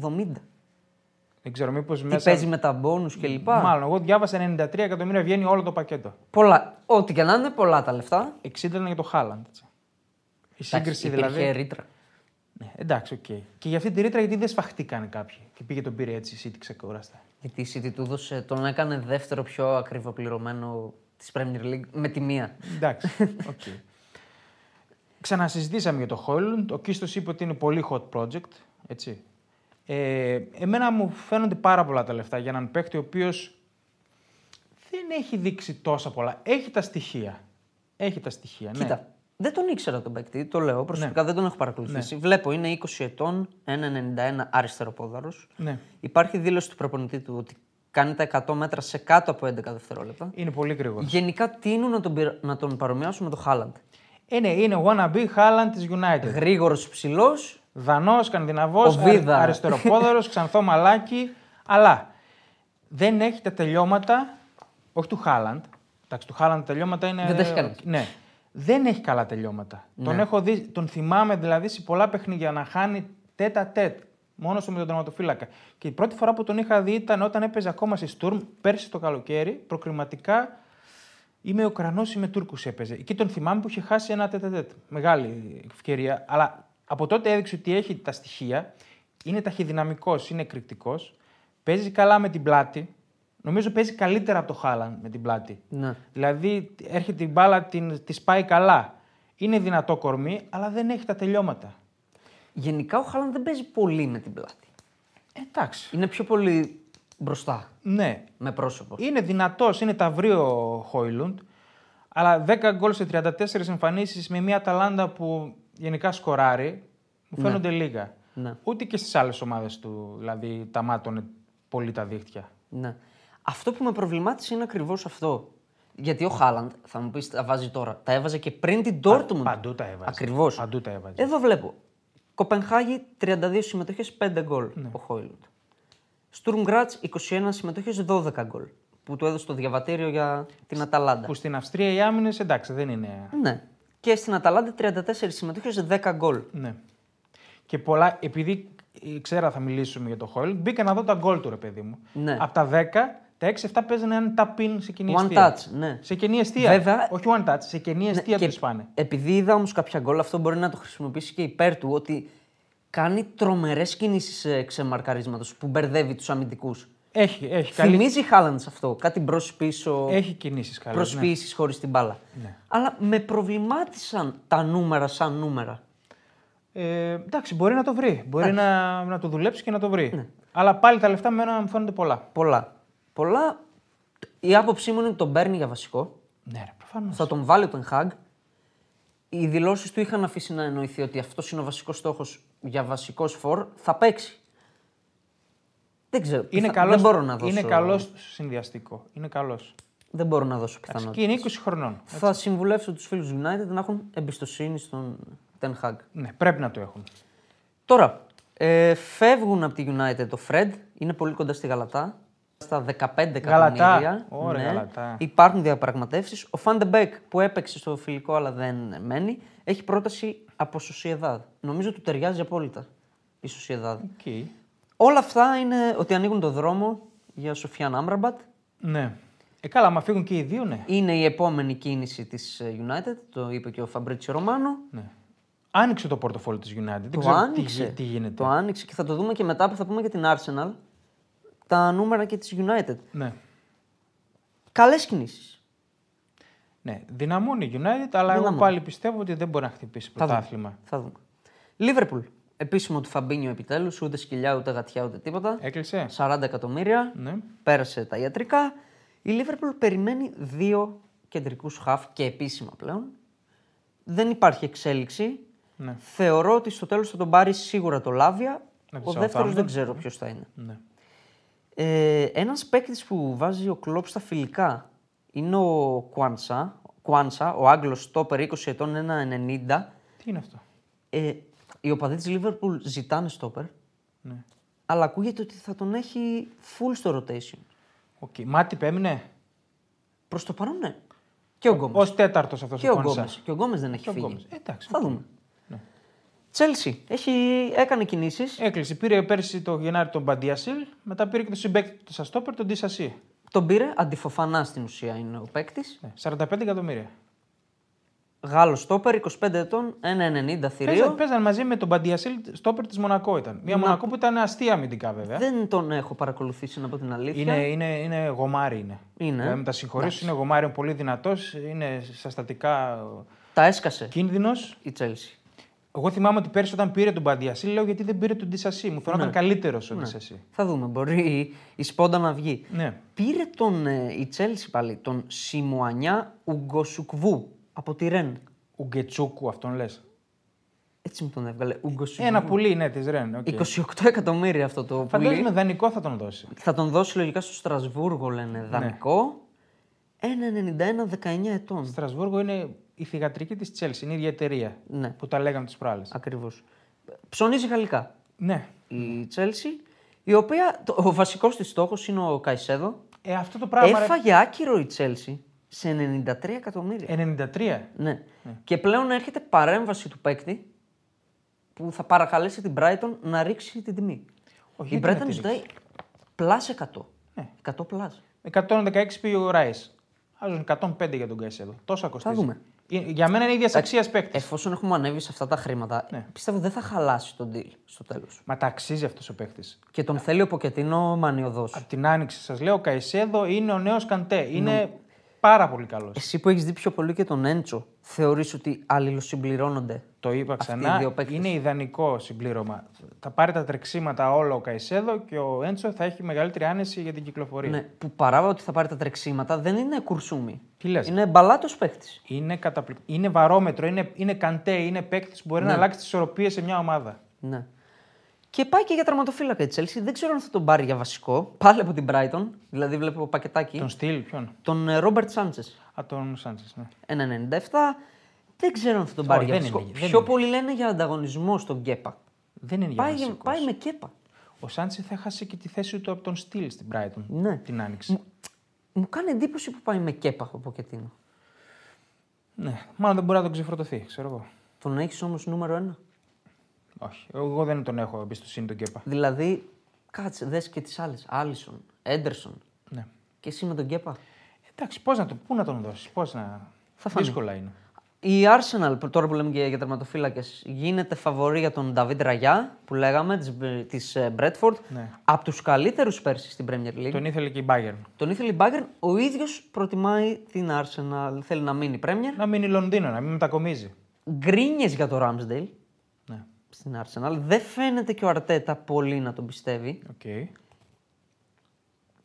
[SPEAKER 1] Δεν ξέρω, μήπως
[SPEAKER 2] Τι
[SPEAKER 1] μέσα.
[SPEAKER 2] παίζει με τα μπόνου κλπ.
[SPEAKER 1] Μάλλον, εγώ διάβασα 93 εκατομμύρια, βγαίνει όλο το πακέτο.
[SPEAKER 2] Πολλά. Ό,τι και να είναι, πολλά τα λεφτά.
[SPEAKER 1] 60 ήταν για το Χάλαντ. έτσι. Η σύγκριση
[SPEAKER 2] Εντάξει,
[SPEAKER 1] δηλαδή.
[SPEAKER 2] υπήρχε ρήτρα.
[SPEAKER 1] Ναι, εντάξει, οκ. Και για αυτή τη ρήτρα, γιατί δεν σφαχτήκαν κάποιοι. Και πήγε τον πήρε έτσι, η City ξεκούραστα.
[SPEAKER 2] Γιατί η City του έδωσε, τον έκανε δεύτερο πιο ακριβό πληρωμένο της Premier League με τη μία.
[SPEAKER 1] Εντάξει. οκ. Ξανασυζητήσαμε για το Χόιλουντ. Ο Κίστος είπε ότι είναι πολύ hot project. Έτσι. Ε, εμένα μου φαίνονται πάρα πολλά τα λεφτά για έναν παίκτη ο οποίος δεν έχει δείξει τόσα πολλά. Έχει τα στοιχεία. Έχει τα στοιχεία. ναι.
[SPEAKER 2] Κοίτα, δεν τον ήξερα τον παίκτη, το λέω προσωπικά, δεν τον έχω
[SPEAKER 1] Ναι.
[SPEAKER 2] παρακολουθήσει. Βλέπω είναι 20 ετών, 1,91 αριστερό πόδαρος.
[SPEAKER 1] Ναι.
[SPEAKER 2] Υπάρχει δήλωση του προπονητή του ότι κάνει τα 100 μέτρα σε κάτω από 11 δευτερόλεπτα.
[SPEAKER 1] Είναι πολύ γρήγορος.
[SPEAKER 2] Γενικά τείνουν να τον, πειρα- να τον παρομοιάσουν με τον Χάλαντ.
[SPEAKER 1] Ε, ναι, είναι wannabe Haaland της United.
[SPEAKER 2] Γρήγορος ψηλός,
[SPEAKER 1] Δανός,
[SPEAKER 2] Ο
[SPEAKER 1] Σκανδιναβό,
[SPEAKER 2] Βίδα.
[SPEAKER 1] αριστεροπόδαρο, ξανθό μαλάκι. Αλλά δεν έχει τα τελειώματα, όχι του Χάλαντ. Εντάξει, του Χάλαντ τα τελειώματα είναι.
[SPEAKER 2] Δεν τα έχει Ναι. κανείς.
[SPEAKER 1] Ναι. Δεν έχει καλά τελειώματα. Τον, έχω δει, τον θυμάμαι δηλαδή σε πολλά παιχνίδια να χάνει τέτα τέτ. Μόνο του με τον τερματοφύλακα. Και η πρώτη φορά που τον είχα δει ήταν όταν έπαιζε ακόμα στη Στουρμ πέρσι το καλοκαίρι, προκριματικά είμαι Ουκρανός, είμαι Τούρκος έπαιζε. Εκεί τον θυμάμαι που είχε χάσει ένα τέτετετ. Μεγάλη ευκαιρία. Αλλά από τότε έδειξε ότι έχει τα στοιχεία. Είναι ταχυδυναμικός, είναι εκρηκτικός. Παίζει καλά με την πλάτη. Νομίζω παίζει καλύτερα από το Χάλαν με την πλάτη.
[SPEAKER 2] Ναι.
[SPEAKER 1] Δηλαδή έρχεται την μπάλα, την, της σπάει καλά. Είναι δυνατό κορμί, αλλά δεν έχει τα τελειώματα.
[SPEAKER 2] Γενικά ο Χάλαν δεν παίζει πολύ με την πλάτη.
[SPEAKER 1] Εντάξει.
[SPEAKER 2] Είναι πιο πολύ μπροστά
[SPEAKER 1] Ναι,
[SPEAKER 2] με πρόσωπο.
[SPEAKER 1] Είναι δυνατός, είναι ταυρίο ο Χόιλουντ. Αλλά 10 γκολ σε 34 εμφανίσεις με μια Αταλάντα που γενικά σκοράρει, μου φαίνονται λίγα.
[SPEAKER 2] Ναι.
[SPEAKER 1] Ούτε και στις άλλες ομάδες του, δηλαδή, τα μάτωνε πολύ τα δίχτυα.
[SPEAKER 2] Ναι. Αυτό που με προβλημάτισε είναι ακριβώς αυτό. Γιατί ο Χάλαντ, θα μου πεις, τα βάζει τώρα. Τα έβαζε και πριν την Dortmund.
[SPEAKER 1] Παντού τα έβαζε.
[SPEAKER 2] Ακριβώς.
[SPEAKER 1] Παντού τα έβαζε.
[SPEAKER 2] Εδώ βλέπω. Κοπενχάγη 32 συμμετοχέ, 5 γκολ
[SPEAKER 1] Ναι.
[SPEAKER 2] ο Χόιλουντ. Στουρμ Γκράτ 21 συμμετοχέ, 12 γκολ. Που του έδωσε το διαβατήριο για την Αταλάντα.
[SPEAKER 1] Που στην Αυστρία οι άμυνες εντάξει, δεν είναι.
[SPEAKER 2] Ναι. Και στην Αταλάντα 34 συμμετοχέ, 10 γκολ.
[SPEAKER 1] Ναι. Και πολλά, επειδή ε, ξέρα θα μιλήσουμε για το Χόιλουντ, μπήκα να δω τα γκολ του ρε παιδί μου.
[SPEAKER 2] Ναι.
[SPEAKER 1] Από τα 10, τα 6-7 παίζανε ένα ταπίν σε κοινή
[SPEAKER 2] One
[SPEAKER 1] αιστεία.
[SPEAKER 2] touch, ναι.
[SPEAKER 1] Σε κοινή αιστεία.
[SPEAKER 2] Βέβαια- Ναι,
[SPEAKER 1] Όχι one touch, σε κοινή αιστεία τους πάνε.
[SPEAKER 2] Επειδή είδα όμως κάποια γκολ, αυτό μπορεί να το χρησιμοποιήσει και υπέρ του ότι κάνει τρομερές κινήσεις ξεμαρκαρίσματος που μπερδεύει τους αμυντικούς.
[SPEAKER 1] Έχει, έχει, καλή...
[SPEAKER 2] Θυμίζει Χάλαντ σε αυτό. Κάτι μπρος πίσω,
[SPEAKER 1] έχει κινήσεις καλές. ναι.
[SPEAKER 2] προσποιήσει χωρίς την μπάλα. Αλλά με προβλημάτισαν τα νούμερα σαν νούμερα.
[SPEAKER 1] Ε, εντάξει, μπορεί να το βρει. Μπορεί να, να το δουλέψει και να το βρει.
[SPEAKER 2] Ναι.
[SPEAKER 1] Αλλά πάλι τα λεφτά με ένα μου φαίνονται πολλά.
[SPEAKER 2] Πολλά. Πολλά. Η άποψή μου είναι ότι τον παίρνει για βασικό.
[SPEAKER 1] Ναι, ρε, προφανώς.
[SPEAKER 2] Θα τον βάλει ο Τενχάγκ. Οι δηλώσεις του είχαν αφήσει να εννοηθεί ότι αυτός είναι ο βασικός στόχος για βασικός φορ. Θα παίξει. Δεν ξέρω.
[SPEAKER 1] Είναι
[SPEAKER 2] πιθα-
[SPEAKER 1] καλός,
[SPEAKER 2] δεν μπορώ να δώσω.
[SPEAKER 1] είναι καλός στο συνδυαστικό. Είναι καλός.
[SPEAKER 2] Δεν μπορώ να δώσω
[SPEAKER 1] Και
[SPEAKER 2] πιθανότητα.
[SPEAKER 1] είναι 20 χρονών.
[SPEAKER 2] Θα συμβουλεύσω τους φίλους United να έχουν εμπιστοσύνη στον Τενχάγκ.
[SPEAKER 1] Ναι, πρέπει να το έχουν.
[SPEAKER 2] Τώρα, ε, φεύγουν από τη United το Fred, είναι πολύ κοντά στη Γαλατά. Στα 15 εκατομμύρια. Ναι.
[SPEAKER 1] Ωραία, Γαλατά.
[SPEAKER 2] Υπάρχουν διαπραγματεύσεις. Ο Φαντεμπέκ που έπαιξε στο φιλικό αλλά δεν μένει, έχει πρόταση από Sociedad. Νομίζω του ταιριάζει απόλυτα η Sociedad.
[SPEAKER 1] Εκεί.
[SPEAKER 2] Όλα αυτά είναι ότι ανοίγουν το δρόμο για Σοφιάν Άμραμπατ.
[SPEAKER 1] Ναι. Ε, καλά, μα φύγουν και οι δύο, ναι.
[SPEAKER 2] Είναι η επόμενη κίνηση της United, το είπε και ο Φαμπρίτσιο Ρωμάνο.
[SPEAKER 1] ναι. Άνοιξε το πορτοφόλι της United. Δεν
[SPEAKER 2] Το
[SPEAKER 1] ξέρω
[SPEAKER 2] άνοιξε.
[SPEAKER 1] Τι, τι γίνεται.
[SPEAKER 2] Το άνοιξε και θα το δούμε και μετά που θα πούμε για την Arsenal. Τα νούμερα και τη United.
[SPEAKER 1] Ναι.
[SPEAKER 2] Καλές κινήσεις.
[SPEAKER 1] ναι. Δυναμώνει η United, αλλά εγώ
[SPEAKER 2] Δυναμώνει.
[SPEAKER 1] πάλι πιστεύω ότι δεν μπορεί να χτυπήσει πρωτάθλημα.
[SPEAKER 2] Θα δούμε. Λίβερπουλ. Επίσημο του Φαμπίνιο επιτέλους. Ούτε σκυλιά, ούτε γατιά, ούτε τίποτα.
[SPEAKER 1] Έκλεισε.
[SPEAKER 2] 40 εκατομμύρια.
[SPEAKER 1] Ναι.
[SPEAKER 2] Πέρασε τα ιατρικά. Η Λίβερπουλ περιμένει δύο κεντρικούς χαφ και επίσημα πλέον. Δεν υπάρχει εξέλιξη.
[SPEAKER 1] Ναι.
[SPEAKER 2] Θεωρώ ότι στο τέλος θα τον πάρει σίγουρα το Λάβια.
[SPEAKER 1] Από
[SPEAKER 2] Ο
[SPEAKER 1] τη
[SPEAKER 2] δεύτερος
[SPEAKER 1] Southampton.
[SPEAKER 2] δεν ξέρω ποιος θα είναι.
[SPEAKER 1] ναι.
[SPEAKER 2] Ε, Ένας παίκτης που βάζει ο κλοπ στα φιλικά είναι ο Κουάνσα. Κουάνσα, ο Άγγλος τόπερ 20 ετών, 1,90.
[SPEAKER 1] Τι είναι αυτό.
[SPEAKER 2] Ε, οι οπαδοί της Λίβερπουλ ζητάνε στόπερ,
[SPEAKER 1] Ναι.
[SPEAKER 2] αλλά ακούγεται ότι θα τον έχει full στο rotation.
[SPEAKER 1] Οκ. Μάτι πέμεινε.
[SPEAKER 2] Προς το παρόν, ναι. Και ο Γκόμες.
[SPEAKER 1] Ως τέταρτος αυτός
[SPEAKER 2] Και ο Γκόμες. Και ο Γκόμες δεν έχει
[SPEAKER 1] λοιπόν Και ο Γκόμες.
[SPEAKER 2] φύγει.
[SPEAKER 1] Ναι. Ε, εντάξει,
[SPEAKER 2] θα
[SPEAKER 1] οκ.
[SPEAKER 2] δούμε. Τσέλσι. Έχει... Έκανε κινήσεις
[SPEAKER 1] Έκλεισε. Πήρε πέρσι το Γενάρη τον Μπαντιασίλ, μετά πήρε και τον συμπέκτη του Σαστόπερ, τον Ντισασί.
[SPEAKER 2] Τον πήρε. Αντιφοφανά στην ουσία είναι ο παίκτης.
[SPEAKER 1] Ναι. 45 εκατομμύρια.
[SPEAKER 2] Γάλλος στόπερ, 25 ετών, 1,90 θηρίο.
[SPEAKER 1] Παίζαν, παίζαν μαζί με τον Μπαντιασίλ στόπερ της Μονακό ήταν. Μια Μονακό που ήταν αστεία αμυντικά βέβαια.
[SPEAKER 2] Δεν τον έχω παρακολουθήσει να πω την αλήθεια.
[SPEAKER 1] Είναι, είναι, είναι γομάρι είναι.
[SPEAKER 2] Είναι.
[SPEAKER 1] Δηλαδή, με τα συγχωρήσει, είναι γομάρι, είναι πολύ δυνατός, είναι συστατικά
[SPEAKER 2] Τα έσκασε
[SPEAKER 1] κίνδυνος.
[SPEAKER 2] η Τσέλσι.
[SPEAKER 1] Εγώ θυμάμαι ότι πέρσι όταν πήρε τον Μπαντιασίλ, λέω γιατί δεν πήρε τον Ντισασί. Μου φαινόταν
[SPEAKER 2] Ναι.
[SPEAKER 1] καλύτερος ο Ντισασί.
[SPEAKER 2] Θα δούμε. Μπορεί η- η σπόντα να βγει.
[SPEAKER 1] Ναι.
[SPEAKER 2] Πήρε τον, ε, η Τσέλσι πάλι τον Σιμουανιά Ουγκοσουκβού από τη Ρεν.
[SPEAKER 1] Ουγγετσούκου αυτόν λες.
[SPEAKER 2] Έτσι μου τον έβγαλε. Ουγκοσουκβού.
[SPEAKER 1] Ένα πουλί, ναι, της Ρεν. οκ.
[SPEAKER 2] 28 εκατομμύρια αυτό το πουλί.
[SPEAKER 1] Φαντάζομαι δανεικό θα τον δώσει.
[SPEAKER 2] Θα τον δώσει λογικά στο Στρασβούργο, λένε,
[SPEAKER 1] Ναι.
[SPEAKER 2] δανεικό. 1,91, 19 ετών.
[SPEAKER 1] Στρασβούργο είναι η θηγατρική της Τσέλση, είναι η ίδια εταιρεία
[SPEAKER 2] Ναι.
[SPEAKER 1] που τα λέγαμε τι προάλλε.
[SPEAKER 2] Ακριβώς. Ψωνίζει γαλλικά
[SPEAKER 1] Ναι.
[SPEAKER 2] η Τσέλσι, η οποία, το- ο βασικός της στόχος είναι ο Καϊσέδο.
[SPEAKER 1] Ε, αυτό το πράγμα. ρε,
[SPEAKER 2] Έφαγε άκυρο η Τσέλσι σε 93
[SPEAKER 1] Ε.
[SPEAKER 2] εκατομμύρια.
[SPEAKER 1] 93. Ναι.
[SPEAKER 2] Ναι. Και πλέον έρχεται παρέμβαση του παίκτη που θα παρακαλέσει την Brighton να ρίξει την τιμή.
[SPEAKER 1] Όχι,
[SPEAKER 2] η
[SPEAKER 1] γιατί να
[SPEAKER 2] Brighton
[SPEAKER 1] τη Ναι.
[SPEAKER 2] ζητάει πλάσ 100. 100 πλάσ.
[SPEAKER 1] 116 πήγε ο Ράι. Άλλων 105 για τον Καϊσέδο. Τόσα κοστίζει.
[SPEAKER 2] δούμε.
[SPEAKER 1] Ε, Για μένα είναι ίδια αξία παίκτης.
[SPEAKER 2] Εφόσον έχουμε ανέβει σε αυτά τα χρήματα,
[SPEAKER 1] Ναι.
[SPEAKER 2] πιστεύω δεν θα χαλάσει τον deal στο τέλος.
[SPEAKER 1] Μα τα αξίζει αυτός ο παίκτης.
[SPEAKER 2] Και τον θέλει ο Ποκετίνο μανιωδό.
[SPEAKER 1] Από την άνοιξη σας λέω, ο Καϊσέδο είναι ο νέος Καντέ. Είναι
[SPEAKER 2] Ναι.
[SPEAKER 1] πάρα πολύ καλός.
[SPEAKER 2] Εσύ που έχεις δει πιο πολύ και τον Έντσο, θεωρείς ότι αλληλοσυμπληρώνονται.
[SPEAKER 1] Το είπα
[SPEAKER 2] οι
[SPEAKER 1] ξανά.
[SPEAKER 2] δύο παίκτες.
[SPEAKER 1] Είναι ιδανικό συμπλήρωμα. Θα πάρει τα τρεξίματα όλο ο Καϊσέδο και ο Έντσο θα έχει μεγαλύτερη άνεση για την κυκλοφορία.
[SPEAKER 2] Ναι, που παρά ότι θα πάρει τα τρεξίματα, δεν είναι κουρσούμι.
[SPEAKER 1] Τι λες?
[SPEAKER 2] Είναι μπαλάτος παίχτη.
[SPEAKER 1] Είναι, καταπληκτικό. είναι βαρόμετρο, είναι, είναι καντέ, είναι παίκτης που μπορεί να αλλάξει τις ισορροπίες σε μια ομάδα.
[SPEAKER 2] Ναι. Και πάει και για τραυματοφύλακα η Chelsea. Δεν ξέρω αν θα τον πάρει για βασικό. Πάλι από την Brighton. Δηλαδή βλέπω πακετάκι.
[SPEAKER 1] Τον στυλ, ποιον.
[SPEAKER 2] Τον ε, Ρόμπερτ Σάντσε.
[SPEAKER 1] Α, τον Σάντσε. Ναι.
[SPEAKER 2] 1,97. Δεν ξέρω αν θα τον πάρει
[SPEAKER 1] Όχι,
[SPEAKER 2] για
[SPEAKER 1] δεν
[SPEAKER 2] βασικό.
[SPEAKER 1] είναι, δεν
[SPEAKER 2] Πιο
[SPEAKER 1] είναι.
[SPEAKER 2] πολύ λένε για ανταγωνισμό στον Κέπα.
[SPEAKER 1] Δεν είναι για
[SPEAKER 2] Πάει,
[SPEAKER 1] βασικό.
[SPEAKER 2] πάει με Κέπα.
[SPEAKER 1] Ο Σάντσε θα χάσει και τη θέση του από τον Στυλ στην Brighton
[SPEAKER 2] Ναι.
[SPEAKER 1] την άνοιξη.
[SPEAKER 2] Μου κάνει εντύπωση που πάει με Κέπα ο Ποκετίνο.
[SPEAKER 1] Ναι. Μάλλον δεν μπορεί να τον ξεφορτωθεί, ξέρω εγώ.
[SPEAKER 2] Τον έχεις όμως νούμερο ένα.
[SPEAKER 1] Όχι. Εγώ δεν τον έχω εμπιστοσύνη τον Κέπα.
[SPEAKER 2] Δηλαδή, κάτσε, δες και τις άλλες. Άλισον, Έντερσον.
[SPEAKER 1] Ναι.
[SPEAKER 2] Και εσύ με τον Κέπα.
[SPEAKER 1] Εντάξει, πώς να, το, πού να τον δώσεις, πώς να.
[SPEAKER 2] Θα φανεί.
[SPEAKER 1] Δύσκολα είναι.
[SPEAKER 2] Η Arsenal, που τώρα που λέμε και για τερματοφύλακες, γίνεται φαβορή για τον Νταβίντ Ραγιά που λέγαμε ε, τη Μπρέτφορντ.
[SPEAKER 1] Ναι.
[SPEAKER 2] Από τους καλύτερους πέρσι στην Premier League. Τον,
[SPEAKER 1] Τον ήθελε και η Bayern.
[SPEAKER 2] ήθελε η Bayern, ο ίδιος προτιμάει την Arsenal. Θέλει να μείνει Premier.
[SPEAKER 1] Να μείνει Λονδίνο, να μην μετακομίζει.
[SPEAKER 2] Γκρίνιες για το Ramsdale
[SPEAKER 1] Ναι.
[SPEAKER 2] στην Arsenal. Δεν φαίνεται και ο Αρτέτα πολύ να τον πιστεύει.
[SPEAKER 1] Οκ.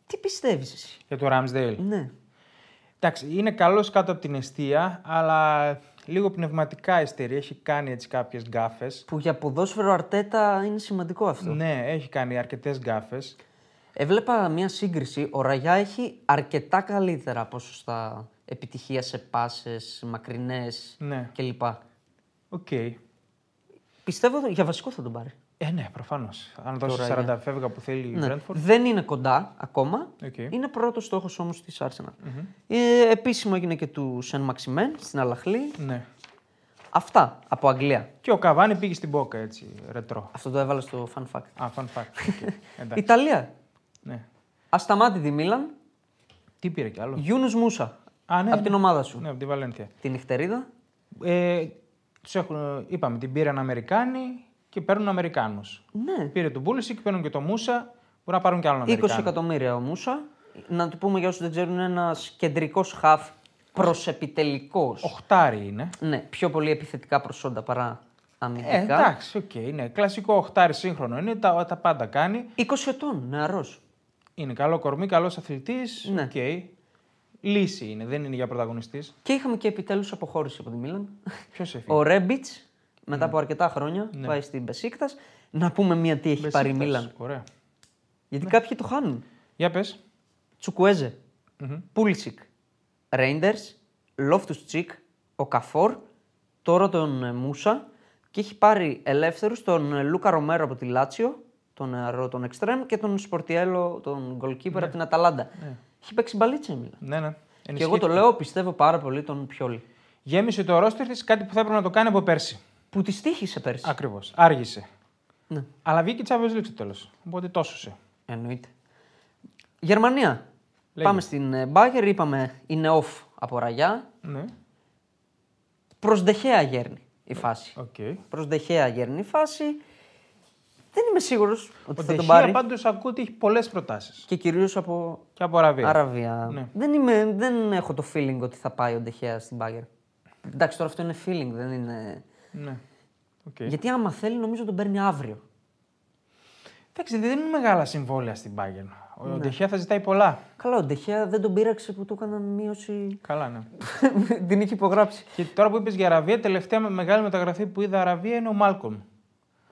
[SPEAKER 2] Τι πιστεύεις εσύ.
[SPEAKER 1] Για το Ramsdale.
[SPEAKER 2] Ναι.
[SPEAKER 1] Εντάξει, είναι καλός κάτω από την αιστεία, αλλά λίγο πνευματικά αιστερή. Έχει κάνει έτσι κάποιες γκάφες.
[SPEAKER 2] Που για ποδόσφαιρο Αρτέτα είναι σημαντικό αυτό.
[SPEAKER 1] Ναι, έχει κάνει αρκετές γκάφες.
[SPEAKER 2] Έβλεπα μια σύγκριση. Ο Ραγιά έχει αρκετά καλύτερα ποσοστά επιτυχία σε πάσες, μακρινές
[SPEAKER 1] Ναι.
[SPEAKER 2] κλπ.
[SPEAKER 1] Οκ.
[SPEAKER 2] Πιστεύω ότι για βασικό θα τον πάρει.
[SPEAKER 1] Ε, ναι, προφανώς. Αν δώσει 40 φεύγα που θέλει
[SPEAKER 2] Ναι.
[SPEAKER 1] η Brentford.
[SPEAKER 2] Δεν είναι κοντά ακόμα.
[SPEAKER 1] Οκ.
[SPEAKER 2] Είναι πρώτος στόχος όμως της Arsenal. Ε, επίσημο έγινε και του Σεν Μαξιμέν στην Αλαχλή.
[SPEAKER 1] Ναι.
[SPEAKER 2] Αυτά από Αγγλία.
[SPEAKER 1] Και ο Καβάνη πήγε στην Μπόκα έτσι, ρετρό.
[SPEAKER 2] Αυτό το έβαλα στο fun fact.
[SPEAKER 1] Α, fun fact. Οκ. Εντάξει.
[SPEAKER 2] Ιταλία.
[SPEAKER 1] ναι.
[SPEAKER 2] Ασταμάτητη Μίλαν.
[SPEAKER 1] Τι πήρε κι άλλο.
[SPEAKER 2] Γιούνους Μούσα.
[SPEAKER 1] Α, ναι.
[SPEAKER 2] από την ομάδα σου.
[SPEAKER 1] Ναι, από τη Βαλένθια.
[SPEAKER 2] Την νυχτερίδα.
[SPEAKER 1] Ε, τους έχουν, είπαμε, την πήραν Αμερικάνοι και παίρνουν Αμερικάνους.
[SPEAKER 2] Ναι.
[SPEAKER 1] Πήρε τον Πούλησικ, παίρνουν και τον Μούσα. Μπορεί να πάρουν κι άλλον
[SPEAKER 2] 20
[SPEAKER 1] Αμερικάνο.
[SPEAKER 2] εκατομμύρια ο Μούσα. Να του πούμε για όσους δεν ξέρουν, ένας κεντρικός χαφ προσεπιτελικός.
[SPEAKER 1] Οχτάρι είναι.
[SPEAKER 2] Ναι, πιο πολύ επιθετικά προσόντα παρά αμυντικά.
[SPEAKER 1] Ε, εντάξει, οκ, είναι. Κλασικό οχτάρι σύγχρονο είναι, τα, τα πάντα κάνει.
[SPEAKER 2] 20 ετών, νεαρός.
[SPEAKER 1] Είναι καλό κορμί, καλός αθλητής.
[SPEAKER 2] Ναι.
[SPEAKER 1] Οκ. Λύση είναι, δεν είναι για πρωταγωνιστής.
[SPEAKER 2] Και είχαμε και επιτέλους αποχώρηση από τη Μίλαν.
[SPEAKER 1] Ποιος έφυγε. Ναι.
[SPEAKER 2] Ο Ρέμπιτ, μετά από αρκετά χρόνια, πάει στην Μπεσίκτας. Να πούμε μία τι έχει πάρει η
[SPEAKER 1] Μπεσίκτας. Ναι.
[SPEAKER 2] Μίλαν.
[SPEAKER 1] Ωραία.
[SPEAKER 2] Γιατί κάποιοι το χάνουν.
[SPEAKER 1] Για πες.
[SPEAKER 2] Τσουκουέζε, Πούλσικ, Ρέιντερ, Λόφτους Τσικ, ο Καφόρ, τώρα τον ε, Μούσα και έχει πάρει ελεύθερους τον ε, Λούκα Ρομέρο από τη Λάτσιο, τον νεαρό τον Εξτρέμ και τον Σπορτιέλο, τον goalkeeper από την Αταλάντα. Έχει παίξει μπαλίτσα η Μίλαν.
[SPEAKER 1] Ναι, ναι.
[SPEAKER 2] Και
[SPEAKER 1] Ενισχύθηκε.
[SPEAKER 2] εγώ το λέω, πιστεύω πάρα πολύ τον Πιόλη.
[SPEAKER 1] Γέμισε το ρόστερ της κάτι που θα έπρεπε να το κάνει από πέρσι.
[SPEAKER 2] Που τη τύχησε πέρσι.
[SPEAKER 1] Ακριβώς. Άργησε.
[SPEAKER 2] Ναι.
[SPEAKER 1] Αλλά βγήκε η Champions League στο τέλος. Οπότε τόσουσε.
[SPEAKER 2] Εννοείται. Γερμανία. Πάμε στην ε, Μπάγκερ, είπαμε είναι off από ραγιά.
[SPEAKER 1] Ναι.
[SPEAKER 2] Προς Ντεχέα γέρνει η φάση.
[SPEAKER 1] Οκ.
[SPEAKER 2] Προς Ντεχέα γέρνει η φάση. Δεν είμαι σίγουρος ότι
[SPEAKER 1] Ο
[SPEAKER 2] θα τον
[SPEAKER 1] Ντεχεία
[SPEAKER 2] πάρει.
[SPEAKER 1] πάντως ακούω ότι έχει πολλές προτάσεις.
[SPEAKER 2] Και κυρίως από
[SPEAKER 1] Και από Αραβία.
[SPEAKER 2] Αραβία.
[SPEAKER 1] Ναι.
[SPEAKER 2] Δεν, είμαι, δεν έχω το feeling ότι θα πάει ο Ντεχέα στην Μπάγκερ. Εντάξει, τώρα αυτό είναι feeling, δεν είναι.
[SPEAKER 1] Ναι. Οκ.
[SPEAKER 2] Γιατί άμα θέλει, νομίζω τον παίρνει αύριο.
[SPEAKER 1] Εντάξει, δεν είναι μεγάλα συμβόλαια στην Bayern. Ο ναι. Ντεχεία θα ζητάει πολλά.
[SPEAKER 2] Καλά, ο Ντεχέα δεν τον πείραξε που του έκαναν μείωση.
[SPEAKER 1] Καλά, ναι.
[SPEAKER 2] Την είχε υπογράψει.
[SPEAKER 1] και τώρα που είπες για Αραβία, τελευταία με- μεγάλη μεταγραφή που είδα Αραβία είναι ο Μάλκομ.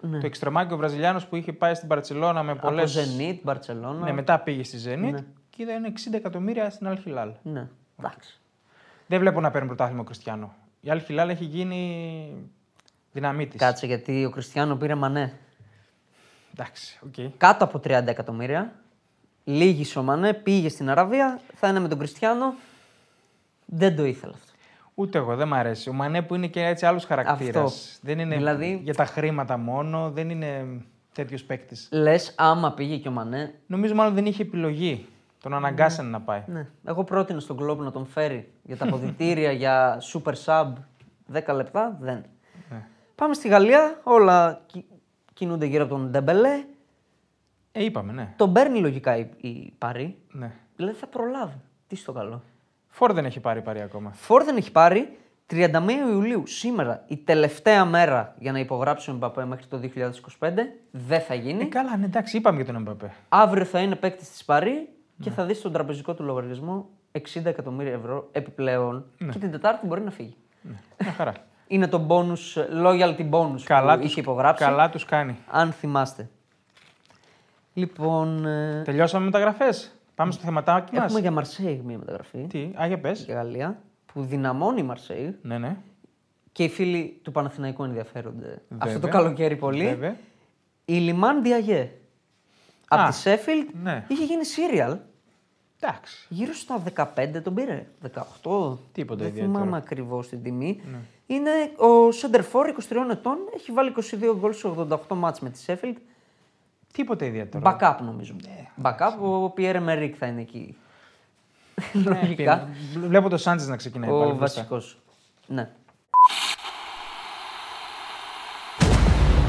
[SPEAKER 1] Το εξτρεμάκι ο Βραζιλιάνος που είχε πάει στην Παρσελώνα με πολλέ.
[SPEAKER 2] Από Ζενίτ, Μπαρσελόνα.
[SPEAKER 1] Ναι, μετά πήγε στη Zenit και είδα είναι 60 εκατομμύρια στην Αλχιλάλ.
[SPEAKER 2] Ναι, εντάξει.
[SPEAKER 1] Δεν βλέπω να παίρνει πρωτάθλημα ο Κριστιανό. Η Αλχιλάλ έχει γίνει δυναμή τη.
[SPEAKER 2] Κάτσε γιατί ο Κριστιανό πήρε ναι. μανέ.
[SPEAKER 1] Εντάξει, οκ.
[SPEAKER 2] Κάτω από 30 εκατομμύρια. Λίγη ο μανέ, πήγε στην Αραβία, θα είναι με τον Κριστιανό. Δεν το ήθελα αυτό.
[SPEAKER 1] Ούτε εγώ, δεν μ' αρέσει. Ο Μανέ που είναι και έτσι άλλος χαρακτήρα.
[SPEAKER 2] Αυτό.
[SPEAKER 1] Δεν είναι
[SPEAKER 2] Δηλαδή-
[SPEAKER 1] για τα χρήματα μόνο, δεν είναι τέτοιος παίκτης.
[SPEAKER 2] Λες, άμα πήγε και ο Μανέ.
[SPEAKER 1] Νομίζω μάλλον δεν είχε επιλογή. Τον αναγκάσανε να πάει.
[SPEAKER 2] Ναι. Εγώ πρότεινα στον κλόπ να τον φέρει για τα αποδητήρια, για super sub. 10 λεπτά δεν. Πάμε στη Γαλλία. Όλα κι- κινούνται γύρω από τον Ντεμπελέ.
[SPEAKER 1] Ε, είπαμε, ναι.
[SPEAKER 2] Τον παίρνει λογικά η, η Παρή.
[SPEAKER 1] ναι.
[SPEAKER 2] Δηλαδή θα προλάβει. Τι στο καλό.
[SPEAKER 1] Φορ δεν έχει πάρει παρή ακόμα.
[SPEAKER 2] Φόρ δεν έχει πάρει. 31 Ιουλίου, σήμερα, η τελευταία μέρα για να υπογράψει ο Μπαπέ μέχρι το 2025, δεν θα γίνει.
[SPEAKER 1] Ε, καλά, ναι, εντάξει, είπαμε για τον Εμπαπέ.
[SPEAKER 2] Αύριο θα είναι παίκτης της Παρή
[SPEAKER 1] Ναι.
[SPEAKER 2] και θα δεις στον τραπεζικό του λογαριασμό 60 εκατομμύρια ευρώ επιπλέον.
[SPEAKER 1] Ναι.
[SPEAKER 2] Και την Τετάρτη μπορεί να φύγει.
[SPEAKER 1] Μια χαρά.
[SPEAKER 2] Είναι το bonus, loyalty bonus
[SPEAKER 1] καλά
[SPEAKER 2] που
[SPEAKER 1] τους,
[SPEAKER 2] είχε υπογράψει.
[SPEAKER 1] Καλά τους κάνει.
[SPEAKER 2] Αν θυμάστε. Λοιπόν, ε,
[SPEAKER 1] Τελειώσαμε μεταγραφέ. Πάμε στο θεματάκι μας.
[SPEAKER 2] έχουμε για Μαρσέη μια μεταγραφή.
[SPEAKER 1] Τι, α, για πες.
[SPEAKER 2] Για Γαλλία. Που δυναμώνει η Μαρσέη
[SPEAKER 1] Ναι, ναι.
[SPEAKER 2] και οι φίλοι του Παναθηναϊκού ενδιαφέρονται αυτό το
[SPEAKER 1] Βέβαια.
[SPEAKER 2] καλοκαίρι Ε, πολύ.
[SPEAKER 1] Βέβαια.
[SPEAKER 2] Η Λιμάν Διαγέ από
[SPEAKER 1] Α,
[SPEAKER 2] τη Σέφιλτ
[SPEAKER 1] ναι.
[SPEAKER 2] είχε γίνει serial
[SPEAKER 1] Εντάξει.
[SPEAKER 2] γύρω στα 15 τον πήρε. 18.
[SPEAKER 1] Τίποτα
[SPEAKER 2] Δεν
[SPEAKER 1] ιδιαίτερο. Ναι.
[SPEAKER 2] θυμάμαι ακριβώς την τιμή. Είναι ο Σεντερφόρ 23 ετών, έχει βάλει 22 γκολ σε 88 μάτς με τη Σέφιλτ.
[SPEAKER 1] Τίποτα ιδιαίτερο.
[SPEAKER 2] Backup νομίζω. Backup, ο Πιέρε Μερίκ θα είναι εκεί.
[SPEAKER 1] Ναι,
[SPEAKER 2] Λογικά.
[SPEAKER 1] πήρε. Βλέπω το Σάντζε να ξεκινάει πάλι.
[SPEAKER 2] Ο
[SPEAKER 1] μπροστά.
[SPEAKER 2] βασικός. Ναι.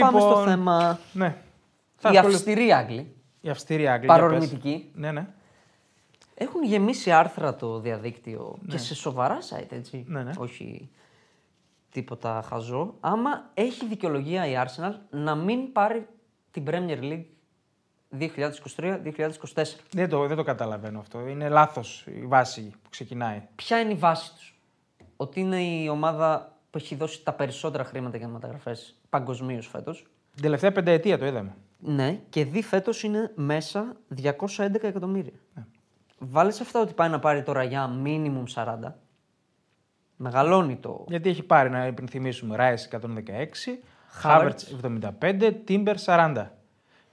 [SPEAKER 2] Πάμε στο
[SPEAKER 1] Λοιπόν,
[SPEAKER 2] θέμα.
[SPEAKER 1] Ναι.
[SPEAKER 2] Οι
[SPEAKER 1] ασχοληθούμε-
[SPEAKER 2] αυστηροί Άγγλοι
[SPEAKER 1] Η αυστηρή Άγγλια. για πες.
[SPEAKER 2] Παρορμητική.
[SPEAKER 1] Ναι, ναι.
[SPEAKER 2] έχουν γεμίσει άρθρα το διαδίκτυο και σε σοβαρά site, έτσι.
[SPEAKER 1] Ναι, ναι.
[SPEAKER 2] Όχι τίποτα χαζό. Άμα έχει δικαιολογία η Arsenal να μην πάρει την Premier League 2023-2024.
[SPEAKER 1] Δεν το, δεν το καταλαβαίνω αυτό. Είναι λάθος η βάση που ξεκινάει.
[SPEAKER 2] Ποια είναι η βάση τους. Ότι είναι η ομάδα που έχει δώσει τα περισσότερα χρήματα για μεταγραφές παγκοσμίως φέτος.
[SPEAKER 1] Την τελευταία πενταετία το είδαμε.
[SPEAKER 2] Ναι, και δι φέτος είναι μέσα 211 εκατομμύρια.
[SPEAKER 1] Ναι.
[SPEAKER 2] Βάλες σε αυτά ότι πάει να πάρει τώρα για minimum 40. Μεγαλώνει το.
[SPEAKER 1] Γιατί έχει πάρει, να υπενθυμίσουμε, Ράις 116, Χάβερτς 75, Τίμπερ 40.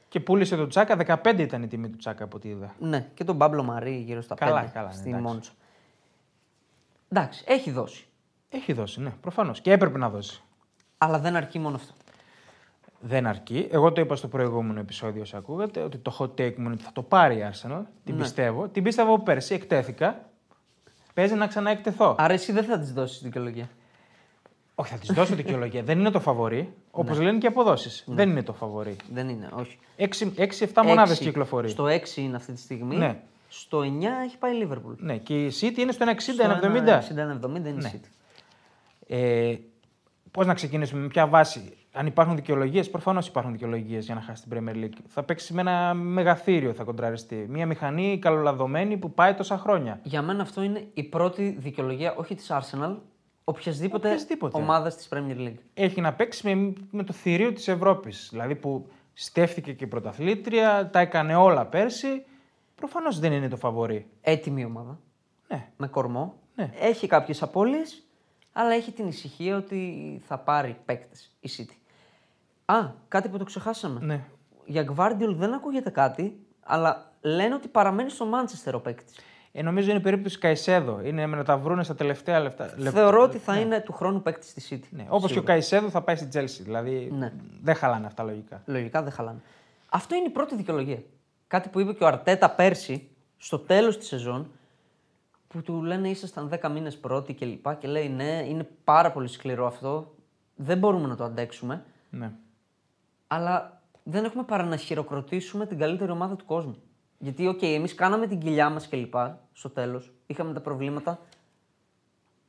[SPEAKER 1] Και πούλησε τον Τσάκα, 15 ήταν η τιμή του Τσάκα από ό,τι είδα.
[SPEAKER 2] Ναι, και τον Παύλο Μαρή γύρω στα
[SPEAKER 1] Καλά,
[SPEAKER 2] 5
[SPEAKER 1] καλά,
[SPEAKER 2] στη
[SPEAKER 1] εντάξει.
[SPEAKER 2] Μόντσα. Εντάξει, έχει δώσει.
[SPEAKER 1] Έχει δώσει, ναι, προφανώς. Και έπρεπε να δώσει.
[SPEAKER 2] Αλλά δεν αρκεί μόνο αυτό.
[SPEAKER 1] Δεν αρκεί. Εγώ το είπα στο προηγούμενο επεισόδιο, όσο ακούγατε, ότι το hot take μου είναι ότι θα το πάρει η Arsenal. Την πιστεύω. Την πίστευα από πέρσι, εκτέθηκα. Παίζει να ξαναεκτεθώ.
[SPEAKER 2] Άρα εσύ δεν θα της δώσεις δικαιολογία.
[SPEAKER 1] Όχι, θα της δώσω δικαιολογία. δεν είναι το φαβορή. Όπως λένε και οι αποδόσει. Δεν είναι το φαβορή.
[SPEAKER 2] Δεν είναι, όχι.
[SPEAKER 1] 6-7 μονάδες
[SPEAKER 2] Έξι.
[SPEAKER 1] κυκλοφορεί.
[SPEAKER 2] Στο 6 είναι αυτή τη στιγμή.
[SPEAKER 1] Ναι.
[SPEAKER 2] Στο 9 έχει πάει η Λίβερπουλ.
[SPEAKER 1] Ναι, και η City είναι στο 1,60-1,70.
[SPEAKER 2] 60-70 είναι
[SPEAKER 1] Ναι.
[SPEAKER 2] η City.
[SPEAKER 1] Ε, Πώς να ξεκινήσουμε, με ποια βάση. Αν υπάρχουν δικαιολογίες, προφανώς υπάρχουν δικαιολογίες για να χάσει την Premier League. Θα παίξει με ένα μεγαθύριο, θα κοντραριστεί. Μια μηχανή καλολαδωμένη που πάει τόσα χρόνια.
[SPEAKER 2] Για μένα αυτό είναι η πρώτη δικαιολογία, όχι της Arsenal, οποιασδήποτε,
[SPEAKER 1] Οποιασδήποτε.
[SPEAKER 2] ομάδας της Premier League.
[SPEAKER 1] Έχει να παίξει με, με το θηρίο της Ευρώπης. Δηλαδή που στέφθηκε και η πρωταθλήτρια, τα έκανε όλα πέρσι. Προφανώς δεν είναι το φαβορή.
[SPEAKER 2] Έτοιμη ομάδα,
[SPEAKER 1] Ναι.
[SPEAKER 2] με κορμό.
[SPEAKER 1] Ναι.
[SPEAKER 2] Έχει κάποιες απώλειες, αλλά έχει την ησυχία ότι θα πάρει παίκτες η City. Α, κάτι που το ξεχάσαμε.
[SPEAKER 1] ναι.
[SPEAKER 2] Για Gvardiol δεν ακούγεται κάτι, αλλά λένε ότι παραμένει στο Manchester ο παίκτης.
[SPEAKER 1] Ε, νομίζω είναι η περίπτωση Καϊσέδο. Είναι να τα βρούνε στα τελευταία λεφτά. λεπτά.
[SPEAKER 2] Θεωρώ ότι θα είναι του χρόνου παίκτης της City.
[SPEAKER 1] Ναι. Όπως και ο Καϊσέδο θα πάει στην Τζέλση. Δηλαδή
[SPEAKER 2] Ναι.
[SPEAKER 1] δεν χαλάνε αυτά λογικά.
[SPEAKER 2] Λογικά δεν χαλάνε. Αυτό είναι η πρώτη δικαιολογία. Κάτι που είπε και ο Αρτέτα πέρσι, στο τέλος της σεζόν, που του λένε ήσασταν 10 μήνες πρώτοι και λοιπά και λέει ναι, είναι πάρα πολύ σκληρό αυτό. Δεν μπορούμε να το αντέξουμε.
[SPEAKER 1] Ναι.
[SPEAKER 2] Αλλά δεν έχουμε παρά να χειροκροτήσουμε την καλύτερη ομάδα του κόσμου. Γιατί, οκ, εμείς κάναμε την κοιλιά μας κλπ. Στο τέλος, είχαμε τα προβλήματα.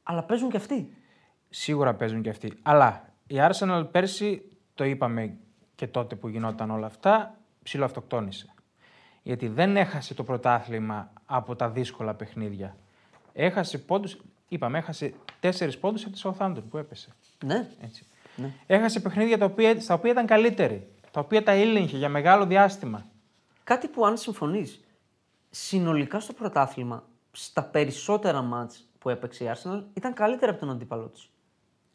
[SPEAKER 2] Αλλά παίζουν και αυτοί.
[SPEAKER 1] Σίγουρα παίζουν και αυτοί. Αλλά η Arsenal πέρσι, το είπαμε και τότε που γινόταν όλα αυτά, ψηλοαυτοκτόνησε. Γιατί δεν έχασε το πρωτάθλημα από τα δύσκολα παιχνίδια. Έχασε πόντους Είπαμε, έχασε 4 πόντους από τη Southampton που έπεσε.
[SPEAKER 2] Ναι.
[SPEAKER 1] Έτσι.
[SPEAKER 2] Ναι.
[SPEAKER 1] Έχασε παιχνίδια τα οποία, στα οποία ήταν καλύτερη, τα οποία τα ήλεγχε για μεγάλο διάστημα.
[SPEAKER 2] Κάτι που αν συμφωνείς, συνολικά στο πρωτάθλημα, στα περισσότερα μάτς που έπαιξε η Arsenal, ήταν καλύτερα από τον αντίπαλό της.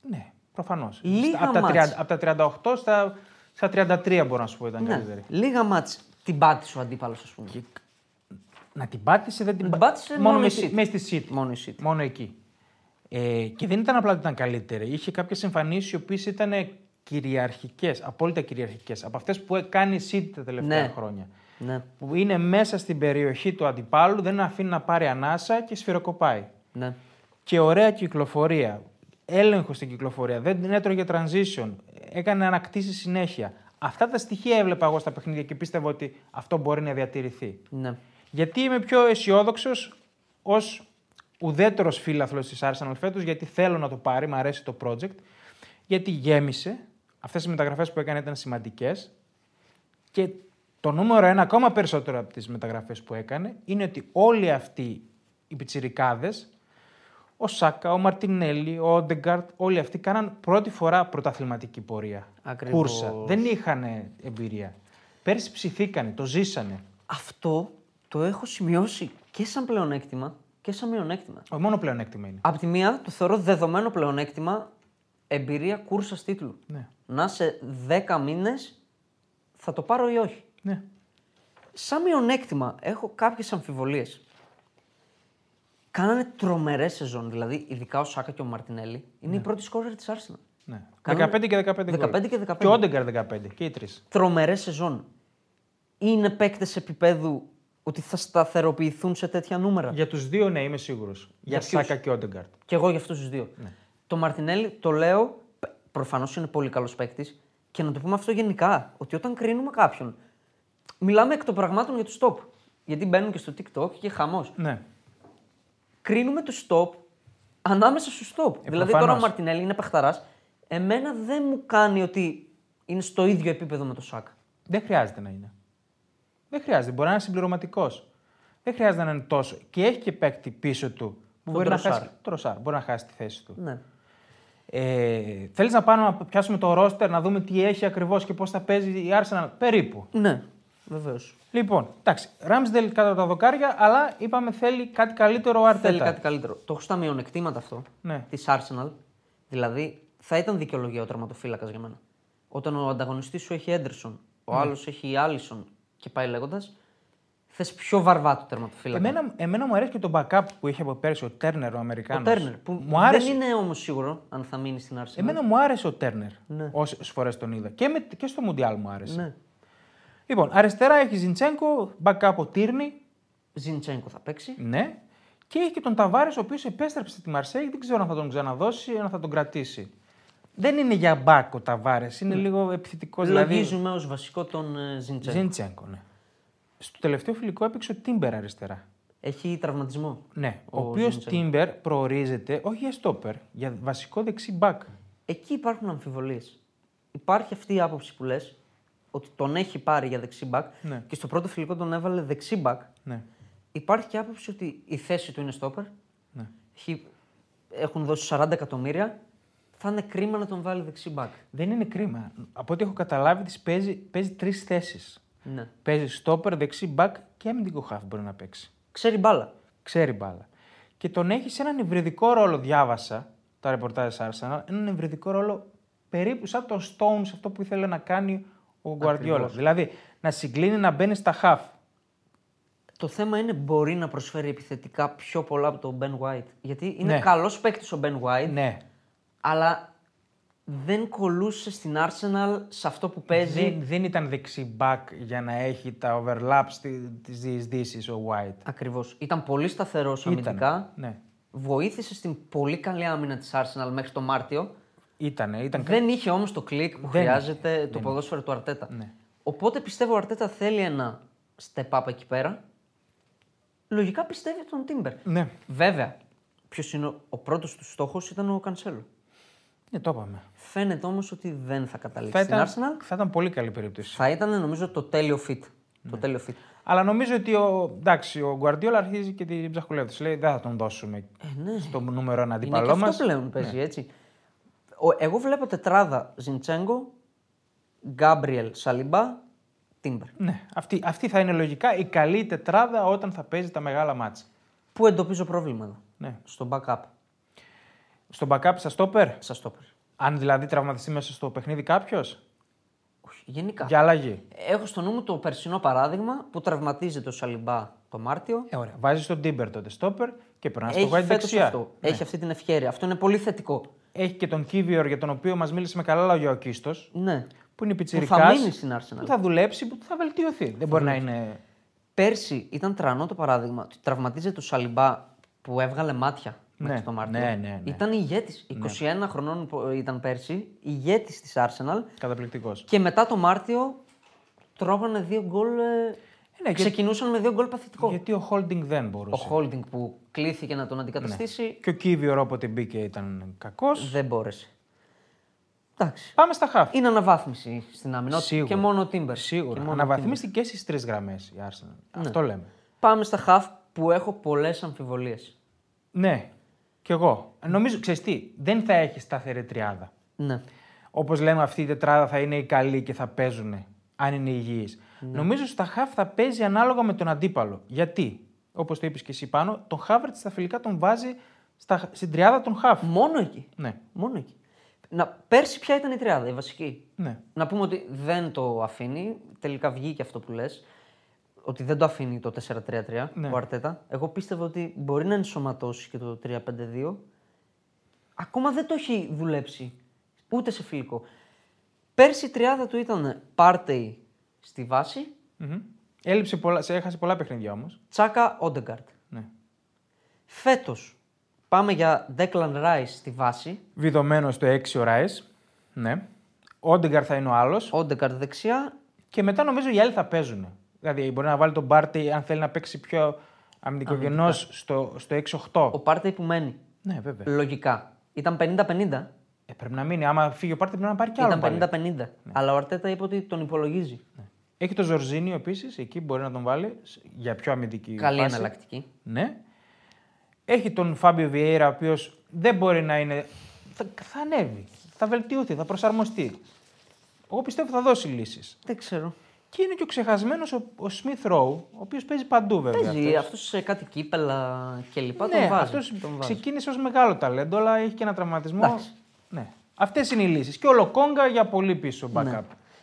[SPEAKER 1] Ναι, προφανώς.
[SPEAKER 2] Λίγα
[SPEAKER 1] Από, τα 30
[SPEAKER 2] μάτς.
[SPEAKER 1] από τα 38 στα, στα 33 μπορώ να σου πω ήταν
[SPEAKER 2] Ναι.
[SPEAKER 1] καλύτερη.
[SPEAKER 2] Λίγα μάτς την πάτησε ο αντίπαλος, ας πούμε.
[SPEAKER 1] Να την πάτησε, δεν την,
[SPEAKER 2] Την
[SPEAKER 1] πά-
[SPEAKER 2] πάτησε μόνο
[SPEAKER 1] με
[SPEAKER 2] η
[SPEAKER 1] στη-
[SPEAKER 2] City.
[SPEAKER 1] μες στη City.
[SPEAKER 2] Μόνο η City.
[SPEAKER 1] Μόνο εκεί. Ε, και δεν ήταν απλά ότι ήταν καλύτερη. Είχε κάποιες εμφανίσεις οι οποίες ήταν κυριαρχικές, απόλυτα κυριαρχικές. Από αυτές που κάνει η City τα τελευταία
[SPEAKER 2] Ναι.
[SPEAKER 1] χρόνια.
[SPEAKER 2] Ναι.
[SPEAKER 1] Που είναι μέσα στην περιοχή του αντιπάλου, δεν αφήνει να πάρει ανάσα και σφυροκοπάει.
[SPEAKER 2] ναι.
[SPEAKER 1] Και ωραία κυκλοφορία. Έλεγχος στην κυκλοφορία. Δεν έτρωγε transition. Έκανε ανακτήσεις συνέχεια. Αυτά τα στοιχεία έβλεπα εγώ στα παιχνίδια και πίστευα ότι αυτό μπορεί να διατηρηθεί.
[SPEAKER 2] ναι.
[SPEAKER 1] Γιατί είμαι πιο αισιόδοξος ως ουδέτερος φίλαθλος της Arsenal φέτο, γιατί θέλω να το πάρει, μου αρέσει το project. Γιατί γέμισε. Αυτές οι μεταγραφές που έκανε ήταν σημαντικές. Και το νούμερο ένα, ακόμα περισσότερο από τις μεταγραφές που έκανε, είναι ότι όλοι αυτοί οι πιτσιρικάδες, ο Σάκα, ο Μαρτινέλli, ο Όντεγκαρτ, όλοι αυτοί κάναν πρώτη φορά πρωταθληματική πορεία.
[SPEAKER 2] Ακριβώς.
[SPEAKER 1] Κούρσα. Δεν είχαν εμπειρία. Πέρσι ψηθήκανε, το ζήσανε.
[SPEAKER 2] Αυτό το έχω σημειώσει και σαν πλεονέκτημα και σαν μειονέκτημα.
[SPEAKER 1] Ο μόνο πλεονέκτημα είναι.
[SPEAKER 2] Απ' τη μία, το θεωρώ δεδομένο πλεονέκτημα εμπειρία κούρσας τίτλου.
[SPEAKER 1] Ναι.
[SPEAKER 2] Να σε 10 μήνες θα το πάρω ή όχι.
[SPEAKER 1] Ναι.
[SPEAKER 2] Σαν μειονέκτημα, έχω κάποιες αμφιβολίες. Κάνανε τρομερές σεζόν, δηλαδή ειδικά ο Σάκα και ο Μαρτινέλli. Είναι οι πρώτοι σκόρερ της Arsenal.
[SPEAKER 1] ναι.
[SPEAKER 2] Κάνουν
[SPEAKER 1] 15 και 15 γκολ.
[SPEAKER 2] 15 και 15.
[SPEAKER 1] Και ο Όντεγκαρ 15 και οι τρεις.
[SPEAKER 2] Τρομερές σεζόν. Είναι παίκτες επίπεδου ότι θα σταθεροποιηθούν σε τέτοια νούμερα.
[SPEAKER 1] Για τους δύο, ναι, είμαι σίγουρος. Για,
[SPEAKER 2] ποιους?
[SPEAKER 1] Σάκα και Όντεγκαρ.
[SPEAKER 2] Και εγώ για αυτούς τους δύο. Το Μαρτινέλη το λέω, προφανώς είναι πολύ καλός παίκτης. Και να το πούμε αυτό γενικά, ότι όταν κρίνουμε κάποιον, μιλάμε εκ των πραγμάτων για τους top. Γιατί μπαίνουν και στο TikTok και χαμός.
[SPEAKER 1] Ναι.
[SPEAKER 2] Κρίνουμε τους top ανάμεσα στους top. δηλαδή τώρα ο
[SPEAKER 1] προφανώς.
[SPEAKER 2] Μαρτινέλη είναι παχταράς. Εμένα δεν μου κάνει ότι είναι στο ίδιο επίπεδο με το Σάκα.
[SPEAKER 1] Δεν χρειάζεται να είναι. Δεν χρειάζεται. Μπορεί να είναι συμπληρωματικός. Δεν χρειάζεται να είναι τόσο. Και έχει και παίκτη πίσω του που μπορεί να,
[SPEAKER 2] Τροσάρ.
[SPEAKER 1] χάσει, τροσάρ, μπορεί να χάσει τη θέση του.
[SPEAKER 2] Ναι.
[SPEAKER 1] Ε, Θέλεις να πάμε να πιάσουμε το ρόστερ, να δούμε τι έχει ακριβώς και πώς θα παίζει η Arsenal. Περίπου.
[SPEAKER 2] Ναι, βεβαίως.
[SPEAKER 1] Λοιπόν, εντάξει, Ράμσδελ κάτω από τα δοκάρια, αλλά είπαμε θέλει κάτι καλύτερο ο Αρτέτα.
[SPEAKER 2] Θέλει κάτι καλύτερο. Το έχω στα μειονεκτήματα αυτό
[SPEAKER 1] Ναι.
[SPEAKER 2] της Arsenal. Δηλαδή, θα ήταν δικαιολογία ο τερματοφύλακα για μένα. Όταν ο ανταγωνιστής σου έχει Έντερσον,
[SPEAKER 1] Ναι.
[SPEAKER 2] ο άλλος άλλο έχει Άλισον και πάει λέγοντας, θες πιο βαρβάτο τερματοφύλακα.
[SPEAKER 1] Εμένα, εμένα μου αρέσει και το backup που είχε από πέρσι ο Τέρνερ ο
[SPEAKER 2] ο
[SPEAKER 1] Αμερικάνος.
[SPEAKER 2] Τέρνερ, που
[SPEAKER 1] μου άρεσε,
[SPEAKER 2] δεν είναι όμως σίγουρο αν θα μείνει στην Arsenal.
[SPEAKER 1] Εμένα μου άρεσε ο Τέρνερ
[SPEAKER 2] Ναι.
[SPEAKER 1] όσες φορές τον είδα. Και, με, και στο Μουντιάλ μου άρεσε.
[SPEAKER 2] Ναι.
[SPEAKER 1] Λοιπόν, αριστερά έχει Ζιντσέγκο, backup ο Τύρνη.
[SPEAKER 2] Ζιντσέγκο θα παίξει.
[SPEAKER 1] Ναι. Και έχει και τον Ταβάρε, ο οποίος επέστρεψε στη Μαρσέη. Δεν ξέρω αν θα τον ξαναδώσει ή αν θα τον κρατήσει. Δεν είναι για μπακ ο Ταβάρες, είναι λίγο επιθετικός. Δηλαδή.
[SPEAKER 2] Ναι. Λογίζουμε ως βασικό τον ε, Ζιντσέγκο.
[SPEAKER 1] Ζιντσέγκο, ναι. Στο τελευταίο φιλικό έπαιξε ο Τίμπερ αριστερά.
[SPEAKER 2] Έχει τραυματισμό.
[SPEAKER 1] Ναι, ο,
[SPEAKER 2] Ο
[SPEAKER 1] οποίος
[SPEAKER 2] Ζιντσέγκο.
[SPEAKER 1] Τίμπερ προορίζεται όχι για στόπερ, για βασικό δεξί μπακ.
[SPEAKER 2] Εκεί υπάρχουν αμφιβολίες. Υπάρχει αυτή η άποψη που λες, ότι τον έχει πάρει για δεξί μπακ
[SPEAKER 1] Ναι.
[SPEAKER 2] και στο πρώτο φιλικό τον έβαλε δεξί μπακ.
[SPEAKER 1] Ναι.
[SPEAKER 2] Υπάρχει και άποψη ότι η θέση του είναι στόπερ.
[SPEAKER 1] Ναι.
[SPEAKER 2] Έχει- Έχουν δώσει 40 εκατομμύρια. Θα είναι κρίμα να τον βάλει δεξί μπακ.
[SPEAKER 1] Δεν είναι κρίμα. Από ό,τι έχω καταλάβει, της παίζει, παίζει τρεις θέσεις.
[SPEAKER 2] Ναι.
[SPEAKER 1] Παίζει στόπερ, δεξί μπακ και αμυντικό χάφ μπορεί να παίξει.
[SPEAKER 2] Ξέρει μπάλα.
[SPEAKER 1] Ξέρει μπάλα. Και τον έχει σε έναν υβριδικό ρόλο, διάβασα τα ρεπορτάζ της Arsenal, έναν υβριδικό ρόλο περίπου σαν τον Stones αυτό που ήθελε να κάνει ο Guardiola. Δηλαδή να συγκλίνει να μπαίνει στα χάφ.
[SPEAKER 2] Το θέμα είναι μπορεί να προσφέρει επιθετικά πιο πολλά από τον Ben White. Γιατί είναι
[SPEAKER 1] Ναι.
[SPEAKER 2] καλός παίκτης ο Ben White,
[SPEAKER 1] Ναι.
[SPEAKER 2] αλλά δεν κολούσε στην Arsenal σε αυτό που παίζει.
[SPEAKER 1] Δεν, δεν ήταν δεξί μπακ για να έχει τα overlaps τη διεισδύσεις ο White.
[SPEAKER 2] Ακριβώς. Ήταν πολύ σταθερός αμυντικά.
[SPEAKER 1] Ναι.
[SPEAKER 2] Βοήθησε στην πολύ καλή άμυνα της Arsenal μέχρι το Μάρτιο.
[SPEAKER 1] Ήτανε, ήταν.
[SPEAKER 2] Δεν είχε όμως το κλικ που
[SPEAKER 1] Δεν Ναι.
[SPEAKER 2] χρειάζεται το ποδόσφαιρο του Αρτέτα. Οπότε πιστεύω ο Αρτέτα θέλει ένα step up εκεί πέρα. Λογικά πιστεύει τον Τίμπερ.
[SPEAKER 1] Ναι.
[SPEAKER 2] Βέβαια, ποιος είναι ο- ο πρώτος του στόχος ήταν ο Κανσέλο.
[SPEAKER 1] Ναι, το είπαμε.
[SPEAKER 2] Φαίνεται όμως ότι δεν θα καταλήξει
[SPEAKER 1] Θα ήταν,
[SPEAKER 2] στην Arsenal.
[SPEAKER 1] θα ήταν πολύ καλή περίπτωση. Ναι.
[SPEAKER 2] Θα ήταν νομίζω το τέλειο fit. Το τέλειο fit.
[SPEAKER 1] Αλλά νομίζω ότι ο, εντάξει, ο Γκουαρδιόλα αρχίζει και την ψαχουλεύει. Της Λέει δεν θα τον δώσουμε στο νούμερο ένα
[SPEAKER 2] Ε, ναι. Είναι και
[SPEAKER 1] αντίπαλό
[SPEAKER 2] αυτό
[SPEAKER 1] μας.
[SPEAKER 2] πλέον παίζει, έτσι. Ο- εγώ βλέπω τετράδα Ζιντσέγκο, Γκάμπριελ Σαλιμπά, Τίμπερ.
[SPEAKER 1] Ναι, αυτή, αυτή θα είναι λογικά η καλή τετράδα όταν θα παίζει τα μεγάλα μάτσα.
[SPEAKER 2] Πού εντοπίζω πρόβλημα εδώ.
[SPEAKER 1] Ναι.
[SPEAKER 2] Στο backup.
[SPEAKER 1] Στον backup στα στόπερ,
[SPEAKER 2] Σας το είπα.
[SPEAKER 1] αν δηλαδή τραυματιστεί μέσα στο παιχνίδι κάποιος,
[SPEAKER 2] Όχι, γενικά.
[SPEAKER 1] για αλλαγή.
[SPEAKER 2] Έχω στο νου μου το περσινό παράδειγμα που τραυματίζεται ο Σαλιμπά το Μάρτιο.
[SPEAKER 1] Ε, ωραία. Βάζεις τον Τίμπερ τότε στόπερ και περνάς στο
[SPEAKER 2] Έχει
[SPEAKER 1] White
[SPEAKER 2] φέτος
[SPEAKER 1] δεξιά. Ναι.
[SPEAKER 2] αυτό. Έχει αυτή την ευκαιρία. Αυτό είναι πολύ θετικό.
[SPEAKER 1] Έχει και τον Κίβιορ για τον οποίο μας μίλησε με καλά λόγια ο Κίστος.
[SPEAKER 2] Ναι.
[SPEAKER 1] Που είναι
[SPEAKER 2] Που
[SPEAKER 1] πιτσιρικά.
[SPEAKER 2] θα μείνει στην Arsenal.
[SPEAKER 1] Που θα δουλέψει, που θα βελτιωθεί. Δεν μπορεί να είναι.
[SPEAKER 2] Πέρσι ήταν τρανό το παράδειγμα ότι τραυματίζεται ο Σαλιμπά που έβγαλε μάτια
[SPEAKER 1] Ναι,
[SPEAKER 2] μέχρι το Μάρτιο.
[SPEAKER 1] ναι, ναι, ναι.
[SPEAKER 2] Ήταν ηγέτης. 21 χρονών που ήταν πέρσι, ηγέτης της Arsenal.
[SPEAKER 1] Καταπληκτικός.
[SPEAKER 2] Και μετά το Μάρτιο τρώγανε δύο γκολ. ε,
[SPEAKER 1] ναι, και-
[SPEAKER 2] ξεκινούσαν με δύο γκολ παθητικό.
[SPEAKER 1] Γιατί ο Holding δεν
[SPEAKER 2] Ο
[SPEAKER 1] μπορούσε.
[SPEAKER 2] Holding που κλήθηκε να τον αντικαταστήσει
[SPEAKER 1] Και ο Κίβιορ όποτε μπήκε ήταν κακός.
[SPEAKER 2] δεν μπόρεσε. Εντάξει.
[SPEAKER 1] Πάμε στα χάφη.
[SPEAKER 2] Είναι αναβάθμιση στην άμυνα. ότι-
[SPEAKER 1] Σίγουρα.
[SPEAKER 2] Και μόνο ο Τίμπερ.
[SPEAKER 1] Σίγουρα.
[SPEAKER 2] Και μόνο Ναι. ο
[SPEAKER 1] Αναβαθμίστηκε και στις τρεις γραμμές η Arsenal. Αυτό λέμε.
[SPEAKER 2] Timber. Πάμε στα χαφ που έχω πολλές αμφιβολίες.
[SPEAKER 1] Ναι, κι εγώ. Νομίζω, ξέρεις τι, δεν θα έχεις σταθερή τριάδα.
[SPEAKER 2] Ναι.
[SPEAKER 1] Όπως λέμε, αυτή η τετράδα θα είναι οι καλοί και θα παίζουν, αν είναι υγιείς. Νομίζω στα χαφ θα παίζει ανάλογα με τον αντίπαλο. Γιατί, όπως το είπες και εσύ πάνω, τον Χάβερτ στα φιλικά τον βάζει στα, στην τριάδα των χαφ.
[SPEAKER 2] Μόνο εκεί.
[SPEAKER 1] Ναι,
[SPEAKER 2] Μόνο εκεί. Να, πέρσι ποια ήταν η τριάδα, η βασική.
[SPEAKER 1] ναι.
[SPEAKER 2] Να πούμε ότι δεν το αφήνει. Τελικά βγήκε αυτό που λες. Ότι δεν το αφήνει το 4-3-3
[SPEAKER 1] Ναι.
[SPEAKER 2] ο Αρτέτα. Εγώ πίστευα ότι μπορεί να ενσωματώσει και το 3-5-2. Ακόμα δεν το έχει δουλέψει. Ούτε σε φιλικό. Πέρσι η τριάδα του ήταν Πάρτεϊ στη βάση,
[SPEAKER 1] Ναι. Μμμ. Έλειψε πολλά, σε έχασε πολλά παιχνίδια όμως.
[SPEAKER 2] Τσάκα Όντεγκαρτ.
[SPEAKER 1] Ναι.
[SPEAKER 2] Φέτος πάμε για Ντέκλαν Ράι στη βάση,
[SPEAKER 1] Βιδωμένος στο 6 ο Ράι. Ναι. Όντεγκαρ θα είναι ο άλλος.
[SPEAKER 2] Όντεγκαρτ δεξιά,
[SPEAKER 1] Και μετά νομίζω οι άλλοι θα παίζουν. Δηλαδή μπορεί να βάλει τον Μπάρτι αν θέλει να παίξει πιο αμυντικογενώ στο, στο 6-8.
[SPEAKER 2] ο Πάρτεϊ που μένει.
[SPEAKER 1] Ναι, βέβαια.
[SPEAKER 2] Λογικά. Ήταν 50-50.
[SPEAKER 1] Ε, πρέπει να μείνει. Άμα φύγει ο Πάρτι πρέπει να πάρει κι άλλο.
[SPEAKER 2] Ήταν
[SPEAKER 1] πάλι.
[SPEAKER 2] 50-50.
[SPEAKER 1] Ναι.
[SPEAKER 2] Αλλά ο Αρτέτα είπε ότι τον υπολογίζει.
[SPEAKER 1] Έχει το Ζορζίνιο επίσης. Εκεί μπορεί να τον βάλει σ- για πιο αμυντική
[SPEAKER 2] Καλή
[SPEAKER 1] φάση.
[SPEAKER 2] εναλλακτική.
[SPEAKER 1] Ναι. Έχει τον Φάμπιο Βιέιρα, ο οποίος δεν μπορεί να είναι. Θα, θα ανέβει. Θα βελτιωθεί, θα προσαρμοστεί. Εγώ πιστεύω θα δώσει λύσεις.
[SPEAKER 2] Δεν ξέρω.
[SPEAKER 1] Και είναι και ο ξεχασμένος ο, ο Smith Rowe, ο οποίος παίζει παντού βέβαια.
[SPEAKER 2] Παίζει
[SPEAKER 1] αυτός.
[SPEAKER 2] αυτός Ε, σε κάτι κύπελα κλπ.
[SPEAKER 1] ναι,
[SPEAKER 2] τον βάζει.
[SPEAKER 1] αυτός
[SPEAKER 2] Τον βάζει.
[SPEAKER 1] ξεκίνησε ως μεγάλο ταλέντο, αλλά έχει και ένα τραυματισμό.
[SPEAKER 2] Εντάξει.
[SPEAKER 1] Ναι. Αυτές είναι οι λύσεις. Και ο Λοκόγκα για πολύ πίσω backup.
[SPEAKER 2] Ναι.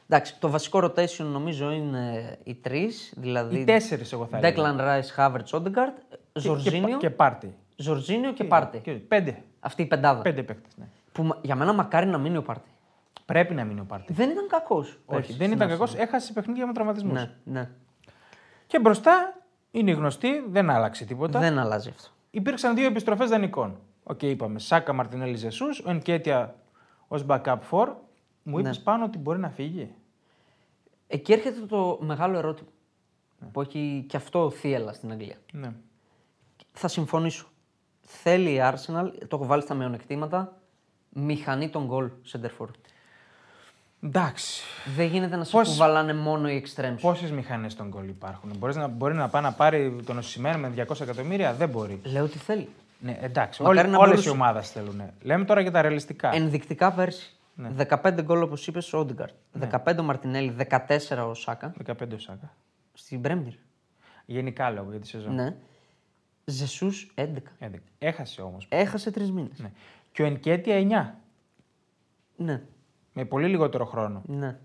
[SPEAKER 2] Εντάξει, το βασικό rotation νομίζω είναι οι τρεις. Δηλαδή
[SPEAKER 1] Οι τέσσερις, εγώ θα έλεγα.
[SPEAKER 2] Ντέκλαν Ράι, Χάβερτ, Όντεγκαρτ,
[SPEAKER 1] Και-
[SPEAKER 2] Ζορζίνιο
[SPEAKER 1] Και,
[SPEAKER 2] και,
[SPEAKER 1] και πάρτι.
[SPEAKER 2] Ζορζίνιο και Πάρτι.
[SPEAKER 1] Και- Πέντε.
[SPEAKER 2] Αυτή η πεντάδα.
[SPEAKER 1] Πέντε παίκτες. Ναι.
[SPEAKER 2] Που μα- για μένα μακάρι να μείνει ο Πάρτι.
[SPEAKER 1] Πρέπει να μείνει ο πάρτι.
[SPEAKER 2] Δεν ήταν κακός.
[SPEAKER 1] Όχι, δεν ήταν κακό. Έχασε παιχνίδια με τραυματισμούς.
[SPEAKER 2] Ναι, ναι.
[SPEAKER 1] Και μπροστά είναι γνωστή, δεν άλλαξε τίποτα.
[SPEAKER 2] Δεν αλλάζει αυτό.
[SPEAKER 1] Υπήρξαν δύο επιστροφές δανεικών. Οκ, είπαμε. Σάκα Μαρτινέλη Ζεσούς, ο Ενκέτια ως backup for. Μου είπε
[SPEAKER 2] Ναι.
[SPEAKER 1] πάνω ότι μπορεί να φύγει.
[SPEAKER 2] Εκεί έρχεται το μεγάλο ερώτημα που έχει και αυτό θύελα στην Αγγλία.
[SPEAKER 1] Ναι.
[SPEAKER 2] Θα συμφωνήσω. Θέλει η Arsenal, το έχω βάλει στα μειονεκτήματα, μηχανή των γκολ σεντερφόρ.
[SPEAKER 1] Εντάξει.
[SPEAKER 2] Δεν γίνεται να σε
[SPEAKER 1] Πώς-
[SPEAKER 2] κουβαλάνε μόνο οι extremes.
[SPEAKER 1] Πόσες μηχανές των γκολ υπάρχουν. Μπορείς να, μπορεί να πάει να πάρει τον Οσημέν με 200 εκατομμύρια. Δεν μπορεί.
[SPEAKER 2] Λέω ότι θέλει.
[SPEAKER 1] Ναι, εντάξει.
[SPEAKER 2] Μακάρι
[SPEAKER 1] Όλε
[SPEAKER 2] να
[SPEAKER 1] όλες
[SPEAKER 2] μπορούσε.
[SPEAKER 1] οι ομάδες θέλουν. Λέμε τώρα για τα ρεαλιστικά.
[SPEAKER 2] Ενδεικτικά πέρσι.
[SPEAKER 1] Ναι.
[SPEAKER 2] 15 γκολ όπως είπες ο Όντιγκαρτ. 15 ο Μαρτινέλη, 14 ο Σάκα
[SPEAKER 1] 15 ο Σάκα.
[SPEAKER 2] στην Πρέμιερ.
[SPEAKER 1] Γενικά λόγω για τη σεζόν.
[SPEAKER 2] Ναι. Ζεσούς 11.
[SPEAKER 1] 11. Έχασε όμως.
[SPEAKER 2] Έχασε τρεις μήνες.
[SPEAKER 1] Ναι. Και ο Ενκέτια 9.
[SPEAKER 2] Ναι.
[SPEAKER 1] Με πολύ λιγότερο χρόνο.
[SPEAKER 2] ναι.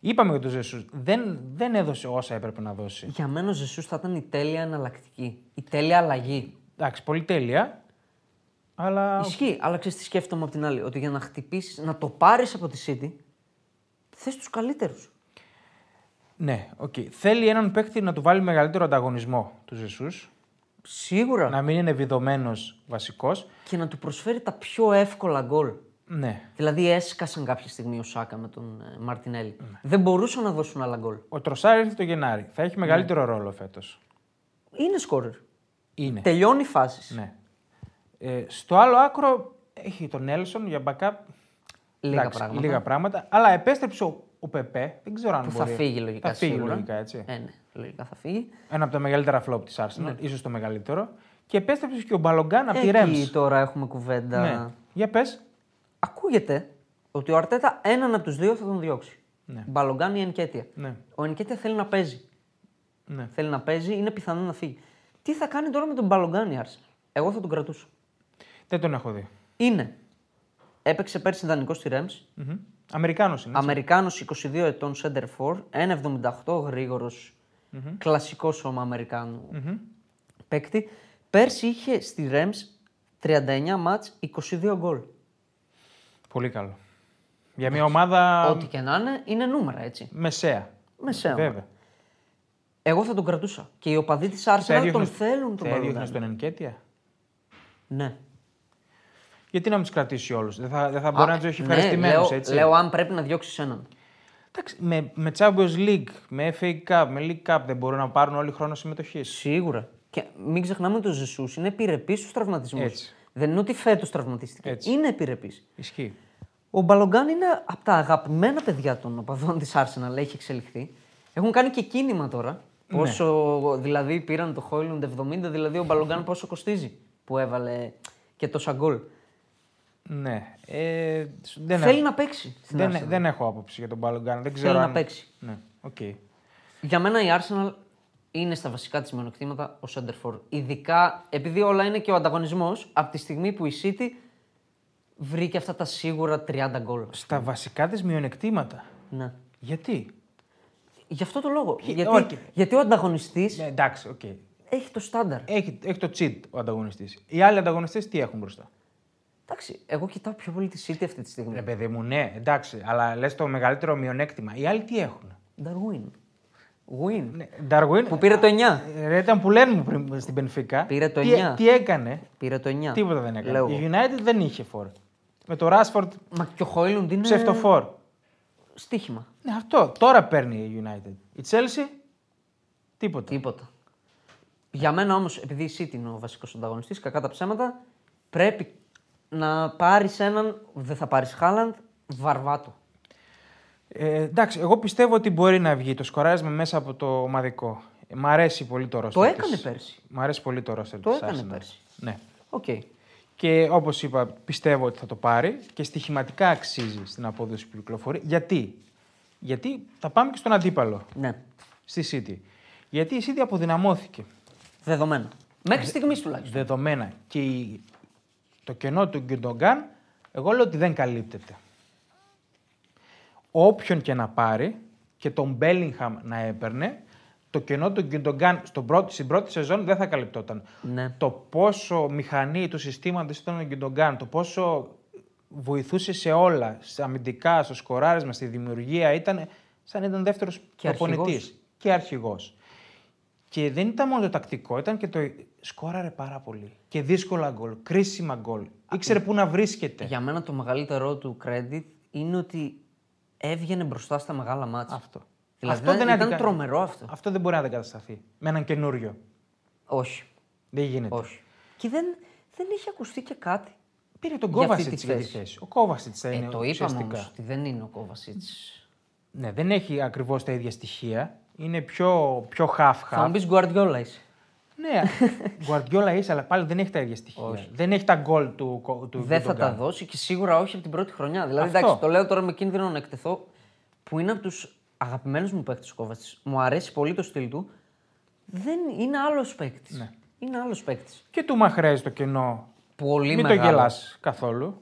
[SPEAKER 1] Είπαμε για τον Ζεσούς. Δεν, δεν έδωσε όσα έπρεπε να δώσει.
[SPEAKER 2] Για μένα ο Ζεσούς θα ήταν η τέλεια εναλλακτική. Η τέλεια αλλαγή.
[SPEAKER 1] Εντάξει, πολύ τέλεια. Αλλά.
[SPEAKER 2] Ισχύει, αλλά ξέρεις τι σκέφτομαι απ' την άλλη. Ότι για να χτυπήσεις, να το πάρεις από τη City, θες τους καλύτερους.
[SPEAKER 1] Ναι, οκ. Θέλει έναν παίκτη να του βάλει μεγαλύτερο ανταγωνισμό του Ζεσούς.
[SPEAKER 2] Σίγουρα.
[SPEAKER 1] Να μην είναι βιδωμένος βασικός.
[SPEAKER 2] Και να του προσφέρει τα πιο εύκολα γκολ.
[SPEAKER 1] Ναι.
[SPEAKER 2] Δηλαδή έσκασαν κάποια στιγμή ο Σάκα με τον ε, Μαρτινέλη.
[SPEAKER 1] Ναι.
[SPEAKER 2] Δεν μπορούσαν να δώσουν άλλα γκολ.
[SPEAKER 1] Ο Τροσάρ ήρθε το Γενάρη. Θα
[SPEAKER 2] Ναι.
[SPEAKER 1] έχει μεγαλύτερο ρόλο φέτος.
[SPEAKER 2] Είναι σκόρερ.
[SPEAKER 1] Είναι.
[SPEAKER 2] Τελειώνει οι φάσεις.
[SPEAKER 1] Ναι. Ε, στο άλλο άκρο έχει τον Έλσον για backup.
[SPEAKER 2] Λίγα πράγματα.
[SPEAKER 1] Λίγα πράγματα. Αλλά επέστρεψε ο ο Πεπέ, δεν ξέρω αν
[SPEAKER 2] Που
[SPEAKER 1] μπορεί.
[SPEAKER 2] θα φύγει λογικά.
[SPEAKER 1] Θα φύγει
[SPEAKER 2] σίγουρα.
[SPEAKER 1] λογικά, έτσι.
[SPEAKER 2] Ε, ναι, λογικά θα φύγει.
[SPEAKER 1] Ένα από τα μεγαλύτερα flop τη Arsenal, ίσως το μεγαλύτερο. Και επέστρεψε και ο Μπαλογκάν από τη
[SPEAKER 2] Εκεί
[SPEAKER 1] Ρέμς.
[SPEAKER 2] τώρα έχουμε κουβέντα.
[SPEAKER 1] Ναι. Για πες.
[SPEAKER 2] Ακούγεται ότι ο Αρτέτα έναν από τους δύο θα τον διώξει.
[SPEAKER 1] Ναι.
[SPEAKER 2] Μπαλογκάν ή Ενκέτια.
[SPEAKER 1] Ναι.
[SPEAKER 2] Ο Ενκέτια θέλει να παίζει.
[SPEAKER 1] Ναι.
[SPEAKER 2] Θέλει να παίζει, είναι πιθανό να φύγει. Τι θα κάνει τώρα με τον Μπαλογκάν η Arsenal. Εγώ θα τον κρατούσα.
[SPEAKER 1] Δεν τον έχω δει.
[SPEAKER 2] Είναι. Έπαιξε πέρσι ιδανικός στη Ρέμς.
[SPEAKER 1] Μμμ. Αμερικάνος είναι. έτσι.
[SPEAKER 2] Αμερικάνος 22 ετών, center for, 1,78 γρηγορος κλασικό σώμα Αμερικάνου παίκτη. Πέρσι είχε στη Rams 39 μάτς, 22 γκολ.
[SPEAKER 1] Πολύ καλό. Για μια ομάδα
[SPEAKER 2] Ό,τι Ναι, και να είναι, είναι νούμερα έτσι.
[SPEAKER 1] μεσαία.
[SPEAKER 2] Μεσαίο.
[SPEAKER 1] Βέβαια.
[SPEAKER 2] Εγώ θα τον κρατούσα. Και οι οπαδοί της Arsenal τον
[SPEAKER 1] έδιωχνες-
[SPEAKER 2] θέλουν τον
[SPEAKER 1] θα έδιωχνες
[SPEAKER 2] Μπαλογκάν.
[SPEAKER 1] τον Ενκέτια.
[SPEAKER 2] Ναι.
[SPEAKER 1] Γιατί να τους κρατήσει όλους. Δεν θα, δεν θα μπορεί
[SPEAKER 2] Α,
[SPEAKER 1] να τους έχει
[SPEAKER 2] ναι,
[SPEAKER 1] ευχαριστημένους.
[SPEAKER 2] λέω,
[SPEAKER 1] έτσι.
[SPEAKER 2] λέω αν πρέπει να διώξεις έναν.
[SPEAKER 1] Εντάξει, με, με Champions League, με FA Cup, με League Cup δεν μπορούν να πάρουν όλοι χρόνο συμμετοχής.
[SPEAKER 2] Σίγουρα. Και μην ξεχνάμε ότι ο Ζεσού είναι επιρρεπής στους τραυματισμούς.
[SPEAKER 1] Έτσι.
[SPEAKER 2] Δεν είναι ότι φέτος τραυματίστηκε.
[SPEAKER 1] Έτσι.
[SPEAKER 2] Είναι επιρρεπής.
[SPEAKER 1] Ισχύει.
[SPEAKER 2] Ο Μπαλογκάν είναι από τα αγαπημένα παιδιά των οπαδών της Arsenal. Έχει εξελιχθεί. Έχουν κάνει και κίνημα τώρα.
[SPEAKER 1] Ναι.
[SPEAKER 2] Πόσο δηλαδή πήραν το Χόιλουντ 70, δηλαδή ο Μπαλογκάν πόσο κοστίζει που έβαλε και τόσα γκολ.
[SPEAKER 1] Ναι. Ε, σ- δεν,
[SPEAKER 2] Θέλει
[SPEAKER 1] έχω,
[SPEAKER 2] να παίξει. Στην Arsenal.
[SPEAKER 1] δεν, δεν έχω άποψη για τον Μπαλογκάν. Δεν ξέρω
[SPEAKER 2] Θέλει
[SPEAKER 1] αν...
[SPEAKER 2] να παίξει.
[SPEAKER 1] Ναι. Οκ.
[SPEAKER 2] Για μένα η Arsenal είναι στα βασικά της μειονεκτήματα ο Σέντερφορ. Ειδικά επειδή όλα είναι και ο ανταγωνισμός από τη στιγμή που η City βρήκε αυτά τα σίγουρα 30 γκολ.
[SPEAKER 1] Στα βασικά της μειονεκτήματα.
[SPEAKER 2] Ναι.
[SPEAKER 1] Γιατί.
[SPEAKER 2] Γι' αυτό το λόγο. γιατί,
[SPEAKER 1] όχι.
[SPEAKER 2] γιατί ο ανταγωνιστής
[SPEAKER 1] Ναι, εντάξει, οκ.
[SPEAKER 2] έχει το στάνταρ.
[SPEAKER 1] Έχει, έχει το cheat ο ανταγωνιστής. Οι άλλοι ανταγωνιστές τι έχουν μπροστά.
[SPEAKER 2] Εντάξει, εγώ κοιτάω πιο πολύ τη City αυτή τη στιγμή.
[SPEAKER 1] Ρε παιδί μου, ναι, εντάξει, αλλά λες το μεγαλύτερο μειονέκτημα. Οι άλλοι τι έχουν.
[SPEAKER 2] Darwin. Win.
[SPEAKER 1] Ναι, Darwin,
[SPEAKER 2] Που πήρε το 9.
[SPEAKER 1] Ρε, ήταν που λένε μου πριν στην Πενφύκα.
[SPEAKER 2] Πήρε το
[SPEAKER 1] τι,
[SPEAKER 2] εννιά.
[SPEAKER 1] τι έκανε.
[SPEAKER 2] Πήρε το 9.
[SPEAKER 1] Τίποτα δεν έκανε.
[SPEAKER 2] Λέω.
[SPEAKER 1] Η
[SPEAKER 2] εγώ.
[SPEAKER 1] United δεν είχε φόρ. Με το Rashford
[SPEAKER 2] Μα και ο Χόιλουντ είναι.
[SPEAKER 1] ψευτοφόρ.
[SPEAKER 2] Στίχημα.
[SPEAKER 1] Ναι, αυτό. Τώρα παίρνει η United. Η Chelsea, τίποτα.
[SPEAKER 2] Τίποτα. Για μένα όμως, επειδή η City είναι ο βασικός ανταγωνιστής, κακά τα ψέματα, πρέπει να πάρεις έναν. Δεν θα πάρεις Χάλαντ, βαρβάτο.
[SPEAKER 1] Ε, εντάξει, εγώ πιστεύω ότι μπορεί να βγει το σκοράρισμα μέσα από το ομαδικό. Ε, Μ' αρέσει πολύ το ρόστερ.
[SPEAKER 2] Το έκανε πέρσι.
[SPEAKER 1] Μ' αρέσει πολύ το ρόστερ.
[SPEAKER 2] Το
[SPEAKER 1] της
[SPEAKER 2] έκανε
[SPEAKER 1] Arsenal.
[SPEAKER 2] πέρσι.
[SPEAKER 1] Ναι.
[SPEAKER 2] Οκ.
[SPEAKER 1] Και όπως είπα, πιστεύω ότι θα το πάρει και στοιχηματικά αξίζει στην απόδοση που κυκλοφορεί. Γιατί, Γιατί θα πάμε και στον αντίπαλο.
[SPEAKER 2] Ναι.
[SPEAKER 1] στη City. Γιατί η City αποδυναμώθηκε
[SPEAKER 2] Δεδομένα. Μέχρι στιγμής τουλάχιστον.
[SPEAKER 1] δεδομένα και η- το κενό του Γκιντογκάν εγώ λέω ότι δεν καλύπτεται. Όποιον και να πάρει και τον Μπέλιγχαμ να έπαιρνε, το κενό του Γκιντογκάν στον πρώτη, στην πρώτη σεζόν δεν θα καλυπτόταν.
[SPEAKER 2] Ναι.
[SPEAKER 1] Το πόσο μηχανή του συστήματος ήταν ο Γκιντογκάν, το πόσο βοηθούσε σε όλα, στα αμυντικά, στο σκοράρισμα, στη δημιουργία, ήταν σαν ήταν δεύτερος
[SPEAKER 2] Και αρχηγός.
[SPEAKER 1] προπονητής και αρχηγός. Και δεν ήταν μόνο το τακτικό, ήταν και το. Σκόραρε πάρα πολύ. Και δύσκολα γκολ, κρίσιμα γκολ. Ήξερε πού να βρίσκεται.
[SPEAKER 2] Για μένα το μεγαλύτερό του credit είναι ότι έβγαινε μπροστά στα μεγάλα μάτια.
[SPEAKER 1] Αυτό.
[SPEAKER 2] Δηλαδή
[SPEAKER 1] Αυτό
[SPEAKER 2] ήταν,
[SPEAKER 1] δεν
[SPEAKER 2] ήταν
[SPEAKER 1] αντικα-
[SPEAKER 2] τρομερό αυτό.
[SPEAKER 1] Αυτό δεν μπορεί να αντικατασταθεί. Με έναν καινούριο.
[SPEAKER 2] Όχι.
[SPEAKER 1] Δεν γίνεται.
[SPEAKER 2] Όχι. Και δεν, δεν είχε ακουστεί και κάτι.
[SPEAKER 1] Πήρε τον
[SPEAKER 2] Για αυτή
[SPEAKER 1] Κόβασιτ
[SPEAKER 2] τη
[SPEAKER 1] για τη
[SPEAKER 2] θέση.
[SPEAKER 1] θέση. Ο Κόβασιτ θα
[SPEAKER 2] Ε,
[SPEAKER 1] είναι
[SPEAKER 2] το είπαμε
[SPEAKER 1] ουσιαστικά.
[SPEAKER 2] όμως ότι δεν είναι ο Κόβασιτς.
[SPEAKER 1] Ναι, δεν έχει ακριβώς τα ίδια στοιχεία. Είναι πιο, πιο half-half.
[SPEAKER 2] Θα μου πεις Γκουαρδιόλα είσαι.
[SPEAKER 1] Ναι, Γκουαρδιόλα είσαι, αλλά πάλι δεν έχει τα ίδια στοιχεία. Δεν έχει τα γκολ του, κο- του
[SPEAKER 2] Δεν θα
[SPEAKER 1] Gundogan.
[SPEAKER 2] τα δώσει και σίγουρα όχι από την πρώτη χρονιά. Δηλαδή,
[SPEAKER 1] Αυτό.
[SPEAKER 2] εντάξει, το λέω τώρα με κίνδυνο να εκτεθώ, που είναι από τους αγαπημένους μου παίκτες ο Κόβατσης. Μου αρέσει πολύ το στυλ του. Δεν είναι άλλος παίκτης.
[SPEAKER 1] Ναι.
[SPEAKER 2] Είναι άλλος παίκτης.
[SPEAKER 1] Και του Μαχρέζ το κενό.
[SPEAKER 2] Πολύ
[SPEAKER 1] Μην το
[SPEAKER 2] μεγάλο.
[SPEAKER 1] γελάς καθόλου.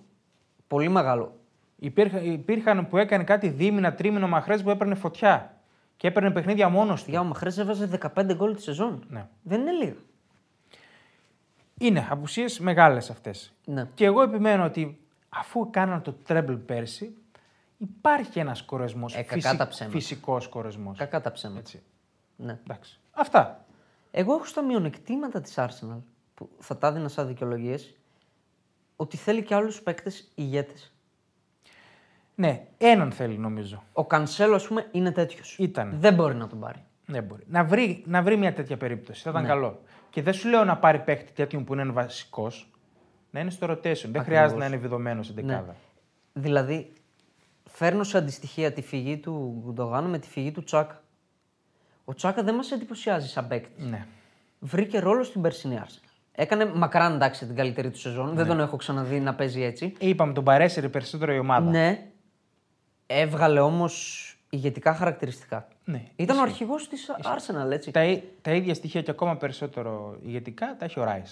[SPEAKER 2] Πολύ μεγάλο.
[SPEAKER 1] Υπήρχαν, υπήρχαν που έκανε κάτι δίμηνα, τρίμηνο μαχρέ που έπαιρνε φωτιά. Και έπαιρνε παιχνίδια μόνος του.
[SPEAKER 2] Για ο Μαχρές έβαζε 15 γκολ τη σεζόν.
[SPEAKER 1] Ναι.
[SPEAKER 2] Δεν είναι λίγα.
[SPEAKER 1] Είναι απουσίες μεγάλες αυτές.
[SPEAKER 2] Ναι.
[SPEAKER 1] Και εγώ επιμένω ότι αφού κάναν το τρέμπλ πέρσι, υπάρχει ένας κορεσμός.
[SPEAKER 2] Ε, κακά τα ψέματα.
[SPEAKER 1] Φυσικός κορεσμός.
[SPEAKER 2] Κακά τα ψέματα.
[SPEAKER 1] Έτσι.
[SPEAKER 2] Ναι.
[SPEAKER 1] Εντάξει. Αυτά.
[SPEAKER 2] Εγώ έχω στα μειονεκτήματα της Arsenal, που θα τα δίνα σαν δικαιολογίες, ότι θέλει και άλλους παίκτες ηγέτες.
[SPEAKER 1] Ναι, έναν θέλει νομίζω.
[SPEAKER 2] Ο Κανσέλο, ας πούμε, είναι τέτοιος.
[SPEAKER 1] Ήτανε.
[SPEAKER 2] Δεν μπορεί να τον πάρει.
[SPEAKER 1] Ναι, μπορεί. Να, βρει, να βρει μια τέτοια περίπτωση.
[SPEAKER 2] Ναι.
[SPEAKER 1] Θα ήταν καλό. Και δεν σου λέω να πάρει παίχτη τέτοιον που είναι βασικός. Να είναι στο rotation. Δεν χρειάζεται να είναι βιδωμένος στην
[SPEAKER 2] Ναι.
[SPEAKER 1] δεκάδα.
[SPEAKER 2] Δηλαδή, Φέρνω σε αντιστοιχεία τη φυγή του Γκουντογάν με τη φυγή του Τσάκα. Ο Τσάκα δεν μας εντυπωσιάζει σαν παίκτη.
[SPEAKER 1] Ναι.
[SPEAKER 2] Βρήκε ρόλο στην περσινή Arsenal. Έκανε μακράν εντάξει την καλύτερη του σεζόν.
[SPEAKER 1] Ναι.
[SPEAKER 2] Δεν τον έχω ξαναδεί να παίζει έτσι.
[SPEAKER 1] Ε, Είπαμε, τον παρέσυρε περισσότερο η ομάδα.
[SPEAKER 2] Ναι. Έβγαλε όμως ηγετικά χαρακτηριστικά.
[SPEAKER 1] Ναι,
[SPEAKER 2] Ήταν ο αρχηγός της Arsenal, έτσι.
[SPEAKER 1] Τα, ί- τα ίδια στοιχεία και ακόμα περισσότερο ηγετικά τα έχει ο Ράι.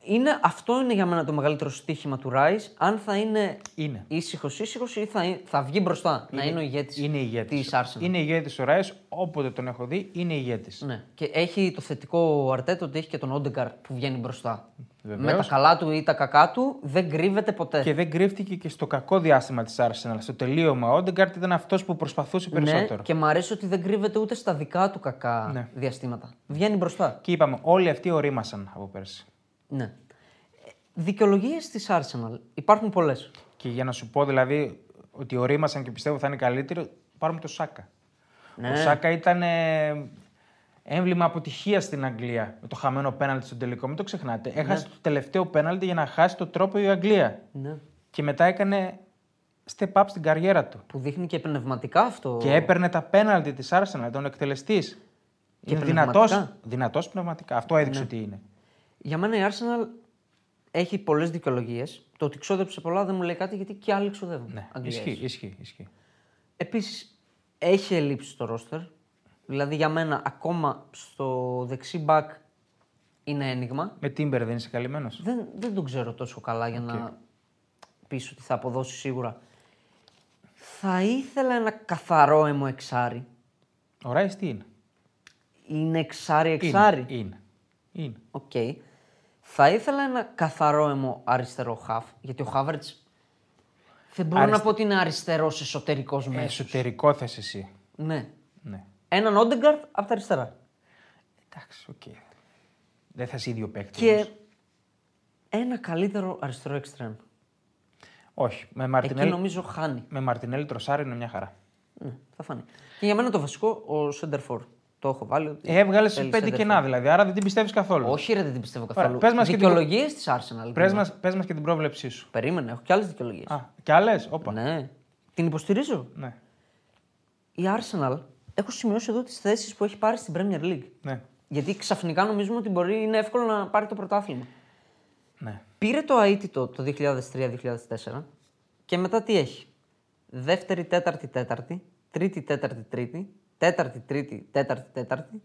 [SPEAKER 2] Είναι, αυτό είναι για μένα το μεγαλύτερο στοίχημα του Ράις. Αν θα είναι,
[SPEAKER 1] Είναι.
[SPEAKER 2] ήσυχος ήσυχος ή θα, ε- θα βγει μπροστά. να είναι ο ηγέτης
[SPEAKER 1] Είναι ηγέτης.
[SPEAKER 2] της Arsenal.
[SPEAKER 1] Είναι ηγέτης ο Ράις, όποτε τον έχω δει, είναι ηγέτης.
[SPEAKER 2] Ναι. Και έχει το θετικό ο Αρτέτο ότι έχει και τον Όντεγκαρ που βγαίνει μπροστά.
[SPEAKER 1] Βεβαίως.
[SPEAKER 2] Με τα καλά του ή τα κακά του δεν κρύβεται ποτέ.
[SPEAKER 1] Και δεν κρύφτηκε και στο κακό διάστημα της Arsenal. Στο τελείωμα, ο Όντεγκαρτ ήταν αυτός που προσπαθούσε
[SPEAKER 2] ναι,
[SPEAKER 1] περισσότερο.
[SPEAKER 2] και μου αρέσει ότι δεν κρύβεται ούτε στα δικά του κακά
[SPEAKER 1] Ναι.
[SPEAKER 2] διαστήματα. Βγαίνει μπροστά.
[SPEAKER 1] Και είπαμε, όλοι αυτοί ορίμασαν από πέρσι.
[SPEAKER 2] Ναι. Δικαιολογίες της Arsenal υπάρχουν πολλές.
[SPEAKER 1] Και για να σου πω δηλαδή ότι ορίμασαν και πιστεύω θα είναι καλύτερο, πάρουμε το Σάκα.
[SPEAKER 2] Ναι.
[SPEAKER 1] Ο Σάκα ήταν ε, έμβλημα αποτυχίας στην Αγγλία με το χαμένο πέναλτι στον τελικό. Μην το ξεχνάτε. Έχασε το τελευταίο πέναλτι για να χάσει το τρόπο η Αγγλία.
[SPEAKER 2] Ναι.
[SPEAKER 1] Και μετά έκανε step up στην καριέρα του.
[SPEAKER 2] Που δείχνει και πνευματικά αυτό.
[SPEAKER 1] Και έπαιρνε τα πέναλτι της Arsenal, ήταν ο εκτελεστή. Είναι
[SPEAKER 2] πνευματικά. Ναι.
[SPEAKER 1] δυνατός, δυνατός πνευματικά. Αυτό έδειξε ότι είναι.
[SPEAKER 2] Για μένα η Arsenal έχει πολλές δικαιολογίες. Το ότι ξόδεψε πολλά δεν μου λέει κάτι γιατί και άλλοι ξοδεύουν.
[SPEAKER 1] Ναι.
[SPEAKER 2] Αγγλίες.
[SPEAKER 1] Ισχύει, ισχύει, ισχύει.
[SPEAKER 2] Επίσης, έχει ελλείψεις το ρόστερ. Δηλαδή, για μένα, ακόμα στο δεξί μπακ είναι ένιγμα.
[SPEAKER 1] Με Τίμπερ δεν είσαι καλυμμένος.
[SPEAKER 2] Δεν, δεν τον ξέρω τόσο καλά για να πεις ότι θα αποδώσει σίγουρα. Θα ήθελα ένα καθαρό αίμο εξάρι.
[SPEAKER 1] Ο Ράις τι είναι.
[SPEAKER 2] Είναι εξάρι
[SPEAKER 1] Είναι,
[SPEAKER 2] εξάρι.
[SPEAKER 1] Είναι. είναι.
[SPEAKER 2] Οκ. Θα ήθελα ένα καθαρό αίμο αριστερό χαφ. Γιατί ο Χάβερτ. Δεν μπορώ
[SPEAKER 1] Αριστε-
[SPEAKER 2] να πω ότι είναι αριστερός εσωτερικός μέσος.
[SPEAKER 1] Εσωτερικό θες εσύ.
[SPEAKER 2] Ναι.
[SPEAKER 1] Ναι.
[SPEAKER 2] Έναν Όντεγκαρτ από τα αριστερά.
[SPEAKER 1] Εντάξει, οκ. Δεν θα είσαι ίδιο παίκτη.
[SPEAKER 2] Και
[SPEAKER 1] όμως.
[SPEAKER 2] ένα καλύτερο αριστερό εξτρέμ.
[SPEAKER 1] Όχι. Με
[SPEAKER 2] Εκεί
[SPEAKER 1] Μαρτινέλ,
[SPEAKER 2] νομίζω χάνει.
[SPEAKER 1] με Μαρτινέλ τροσάρι είναι μια χαρά.
[SPEAKER 2] Ναι, θα φανεί. Και για μένα το βασικό, ο Σέντερφορ. Το έχω βάλει. ότι
[SPEAKER 1] Έβγαλες
[SPEAKER 2] θέλεις
[SPEAKER 1] Ε, πέντε
[SPEAKER 2] center
[SPEAKER 1] κενά
[SPEAKER 2] forward.
[SPEAKER 1] δηλαδή, άρα δεν την πιστεύεις καθόλου.
[SPEAKER 2] Όχι, ναι. ρε, δεν την πιστεύω καθόλου.
[SPEAKER 1] πες μας και την-
[SPEAKER 2] δικαιολογίες της Arsenal. δηλαδή.
[SPEAKER 1] Πες μας μας και την πρόβλεψή σου.
[SPEAKER 2] Περίμενε, έχω και άλλες δικαιολογίες.
[SPEAKER 1] Α, κι άλλες. Όπα. Ναι.
[SPEAKER 2] Ναι. Την υποστηρίζω.
[SPEAKER 1] ναι.
[SPEAKER 2] Η Arsenal, έχω σημειώσει εδώ τις θέσεις που έχει πάρει στην Premier League.
[SPEAKER 1] ναι,
[SPEAKER 2] Γιατί ξαφνικά νομίζουμε ότι μπορεί, είναι εύκολο να πάρει το πρωτάθλημα.
[SPEAKER 1] Ναι.
[SPEAKER 2] Πήρε το αίτητο το 2003-2004 και μετά τι έχει. Δεύτερη, τέταρτη, τέταρτη, τρίτη, τέταρτη, τρίτη, τέταρτη, τρίτη, τέταρτη, τέταρτη,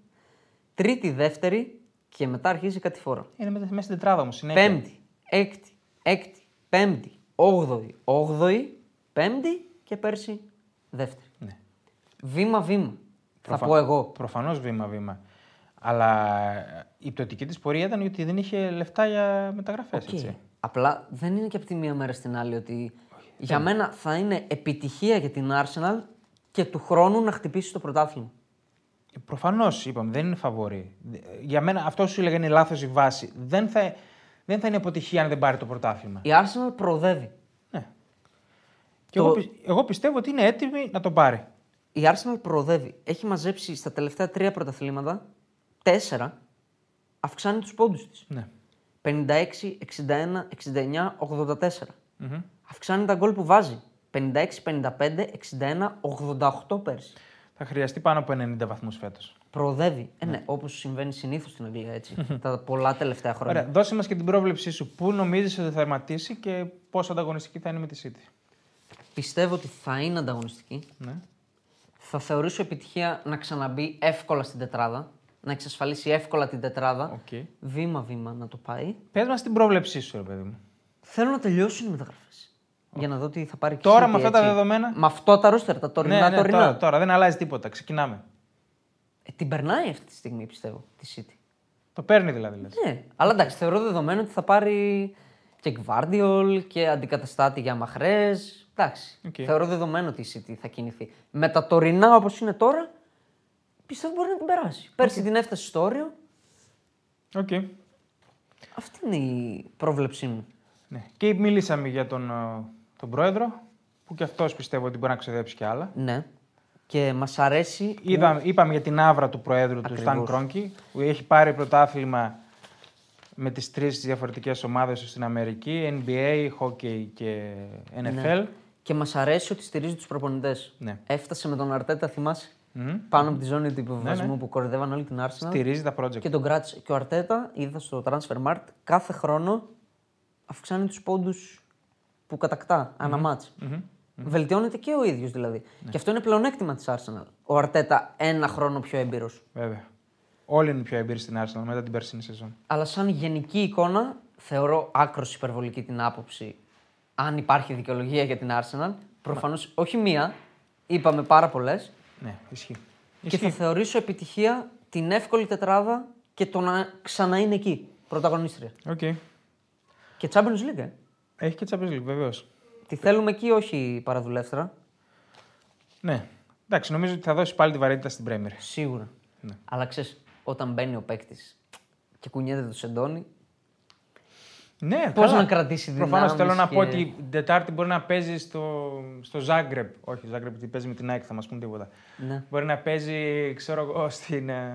[SPEAKER 2] τρίτη, δεύτερη και μετά αρχίζει κάτι φορά.
[SPEAKER 1] Είναι μέσα μέσα στην τετράδα μου συνέχεια.
[SPEAKER 2] Πέμπτη, έκτη, έκτη, πέμπτη, όγδοη, όγδοη, πέμπτη και πέρσι δεύτερη.
[SPEAKER 1] Ναι.
[SPEAKER 2] Βήμα-βήμα. Θα πω εγώ.
[SPEAKER 1] Προφανώς βήμα-βήμα. Αλλά ε, η πτωτική της πορεία ήταν ότι δεν είχε λεφτά για μεταγραφές.
[SPEAKER 2] Οκ. Απλά δεν είναι και από τη μία μέρα στην άλλη ότι για μένα θα είναι επιτυχία για την Arsenal και του χρόνου να χτυπήσει το πρωτάθλημα.
[SPEAKER 1] Προφανώ Ε, είπαμε, δεν είναι φαβορή. Δε- Για μένα αυτό σου έλεγα είναι λάθος η βάση. Δεν θα, δεν θα είναι αποτυχία αν δεν πάρει το πρωτάθλημα.
[SPEAKER 2] Η Arsenal προοδεύει.
[SPEAKER 1] Και
[SPEAKER 2] Το-
[SPEAKER 1] εγώ, πι- εγώ πιστεύω ότι είναι έτοιμη να τον πάρει.
[SPEAKER 2] Η Arsenal προοδεύει. Έχει μαζέψει στα τελευταία τρία πρωταθλήματα, τέσσερα, αυξάνει τους πόντους της.
[SPEAKER 1] Ναι.
[SPEAKER 2] 56, 61, 69, 84. Αυξάνει τα γκολ που βάζει. 56, 55, 61, 88 πέρσι.
[SPEAKER 1] Θα χρειαστεί πάνω από 90 βαθμούς φέτος.
[SPEAKER 2] Προοδεύει. Ε, ναι, όπως συμβαίνει συνήθως στην Αγγλία έτσι. τα πολλά τελευταία χρόνια.
[SPEAKER 1] Ωραία, δώσε μας και την πρόβλεψή σου. Πού νομίζεις ότι θα τερματίσει και πόσο ανταγωνιστική θα είναι με τη City.
[SPEAKER 2] Πιστεύω ότι θα είναι ανταγωνιστική.
[SPEAKER 1] Ναι.
[SPEAKER 2] Θα θεωρήσω επιτυχία να ξαναμπεί εύκολα στην τετράδα. Να εξασφαλίσει εύκολα την τετράδα.
[SPEAKER 1] Οκ.
[SPEAKER 2] Βήμα-βήμα να το πάει.
[SPEAKER 1] Πες μας την πρόβλεψή σου, ρε παιδί μου.
[SPEAKER 2] Θέλω να τελειώσουν οι μεταγραφές. Για να δω τι θα πάρει και η
[SPEAKER 1] Τώρα
[SPEAKER 2] City,
[SPEAKER 1] με αυτά τα
[SPEAKER 2] έτσι.
[SPEAKER 1] δεδομένα. Ναι,
[SPEAKER 2] Με αυτό τα ρόστερ, τα τωρινά, τωρινά.
[SPEAKER 1] τώρα, τώρα δεν αλλάζει τίποτα. Ξεκινάμε.
[SPEAKER 2] Ε, την περνάει αυτή τη στιγμή, πιστεύω, τη City.
[SPEAKER 1] Το παίρνει δηλαδή. Λες.
[SPEAKER 2] Ναι, αλλά εντάξει, θεωρώ δεδομένο ότι θα πάρει και Γκβάρντιολ και αντικαταστάτη για Μαχρές. Εντάξει.
[SPEAKER 1] Οκ.
[SPEAKER 2] Θεωρώ δεδομένο ότι η City θα κινηθεί. Με τα τωρινά όπως είναι τώρα, πιστεύω μπορεί να την περάσει. Πέρσι την έφτασε στο όριο.
[SPEAKER 1] Οκ.
[SPEAKER 2] Αυτή είναι η πρόβλεψή μου.
[SPEAKER 1] Ναι. Και μιλήσαμε για τον, ε, τον πρόεδρο, που και αυτός πιστεύω ότι μπορεί να ξοδέψει κι άλλα.
[SPEAKER 2] Ναι. Και μας αρέσει.
[SPEAKER 1] Είδα, είπαμε για την άβρα του προέδρου του Σταν
[SPEAKER 2] Ναι. Ακριβώς.
[SPEAKER 1] Κρόνκι, που έχει πάρει πρωτάθλημα με τις
[SPEAKER 2] Ναι.
[SPEAKER 1] τρεις διαφορετικές ομάδες του στην Αμερική, NBA, hockey και NFL.
[SPEAKER 2] Και μας αρέσει ότι στηρίζει τους προπονητές.
[SPEAKER 1] Ναι.
[SPEAKER 2] Έφτασε με τον Αρτέτα, θυμάσαι, πάνω από τη ζώνη του υποβιβασμού
[SPEAKER 1] ναι.
[SPEAKER 2] που κορυδεύαν όλη την Arsenal.
[SPEAKER 1] Στηρίζει τα project.
[SPEAKER 2] Και τον κράτησε. Και ο Αρτέτα, είδα στο Transfer Mart, κάθε χρόνο αυξάνει τους πόντους που κατακτα ανα μάτς. Βελτιώνεται και ο ίδιος δηλαδή. Και αυτό είναι πλεονέκτημα της Arsenal. Ο Αρτέτα ένα χρόνο πιο έμπειρος.
[SPEAKER 1] Βέβαια. Όλοι είναι πιο έμπειροι στην Arsenal μετά την περσίνη σεζόν.
[SPEAKER 2] Αλλά σαν γενική εικόνα, θεωρώ άκρος υπερβολική την άποψη. Αν υπάρχει δικαιολογία για την Arsenal, προφανώς όχι μία, είπαμε πάρα πολλές.
[SPEAKER 1] Ναι, ισχύει.
[SPEAKER 2] Και θα θεωρήσω επιτυχία την εύκολη τετράδα και το να ξανά είναι εκεί. Πρωταγωνίστρια.
[SPEAKER 1] Οκ.
[SPEAKER 2] Και Champions League. ε.
[SPEAKER 1] Έχει και Champions League, βεβαίως.
[SPEAKER 2] Τη θέλουμε εκεί, όχι παραδουλεύτρα.
[SPEAKER 1] Ναι. Εντάξει, νομίζω ότι θα δώσει πάλι τη βαρύτητα στην Premier.
[SPEAKER 2] Σίγουρα. Αλλά ξέρεις, όταν μπαίνει ο παίκτης και κουνιέται το σεντόνι,
[SPEAKER 1] Ναι,
[SPEAKER 2] Πώς να κρατήσει
[SPEAKER 1] Προφανώς θέλω να
[SPEAKER 2] δυνάμεις
[SPEAKER 1] πω
[SPEAKER 2] και-
[SPEAKER 1] ότι την Τετάρτη μπορεί να παίζει στο, στο Ζάγκρεπ. Όχι, Ζάγκρεπ, γιατί παίζει με την ΑΕΚ, θα μας πούν τίποτα.
[SPEAKER 2] Ναι.
[SPEAKER 1] Μπορεί να παίζει, ξέρω εγώ, στην, ε,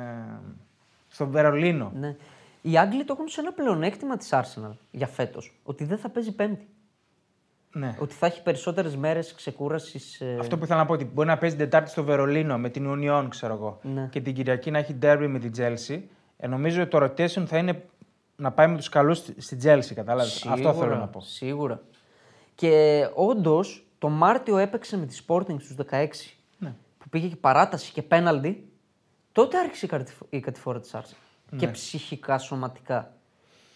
[SPEAKER 1] στο Βερολίνο.
[SPEAKER 2] Ναι. Οι Άγγλοι το έχουν σε ένα πλεονέκτημα της Arsenal για φέτος. Ότι δεν θα παίζει Πέμπτη.
[SPEAKER 1] Ναι.
[SPEAKER 2] Ότι θα έχει περισσότερες μέρες ξεκούρασης. Ε...
[SPEAKER 1] Αυτό που ήθελα να πω ότι μπορεί να παίζει την Τετάρτη στο Βερολίνο με την Union, ξέρω εγώ.
[SPEAKER 2] Ναι.
[SPEAKER 1] Και την Κυριακή να έχει ντέρμπι με την Τζέλσι. Ε, νομίζω ότι το rotation θα είναι να πάει με τους καλούς στη Τζέλσι, κατάλαβες. Αυτό θέλω να πω.
[SPEAKER 2] Σίγουρα. Και όντως το Μάρτιο έπαιξε με τη Sporting στους 16.
[SPEAKER 1] Ναι.
[SPEAKER 2] Που πήγε και παράταση και πέναλτι. Τότε άρχισε η κατηφο- η κατηφόρα της Arsenal.
[SPEAKER 1] Ναι.
[SPEAKER 2] Και ψυχικά, σωματικά.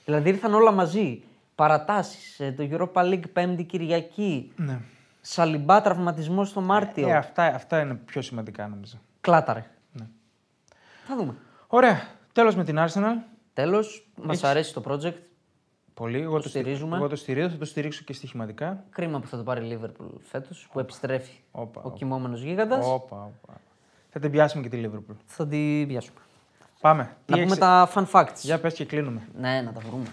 [SPEAKER 2] Δηλαδή ήρθαν όλα μαζί. Παρατάσεις, το Europa League Πέμπτη Κυριακή.
[SPEAKER 1] Ναι.
[SPEAKER 2] Σαλιμπά τραυματισμός στο Μάρτιο.
[SPEAKER 1] Ε, Ναι. αυτά, αυτά είναι πιο σημαντικά νομίζω.
[SPEAKER 2] Κλάταρε. Θα δούμε.
[SPEAKER 1] Ωραία. Τέλος με την Arsenal.
[SPEAKER 2] Τέλος, μας αρέσει το project.
[SPEAKER 1] Πολύ. Εγώ το, στι-
[SPEAKER 2] στηρίζουμε.
[SPEAKER 1] Εγώ το στηρίζω, θα το στηρίξω και στοιχηματικά.
[SPEAKER 2] Κρίμα που θα το πάρει η Liverpool φέτος, που επιστρέφει
[SPEAKER 1] Όπα,
[SPEAKER 2] ο
[SPEAKER 1] όπα.
[SPEAKER 2] κοιμόμενος γίγαντας.
[SPEAKER 1] Όπα, όπα. Θα την πιάσουμε και τη Liverpool.
[SPEAKER 2] Θα την πιάσουμε.
[SPEAKER 1] Πάμε.
[SPEAKER 2] Να
[SPEAKER 1] Τι
[SPEAKER 2] πούμε
[SPEAKER 1] έχεις-
[SPEAKER 2] τα fun facts.
[SPEAKER 1] Για πες και κλείνουμε.
[SPEAKER 2] Ναι, να τα βρούμε.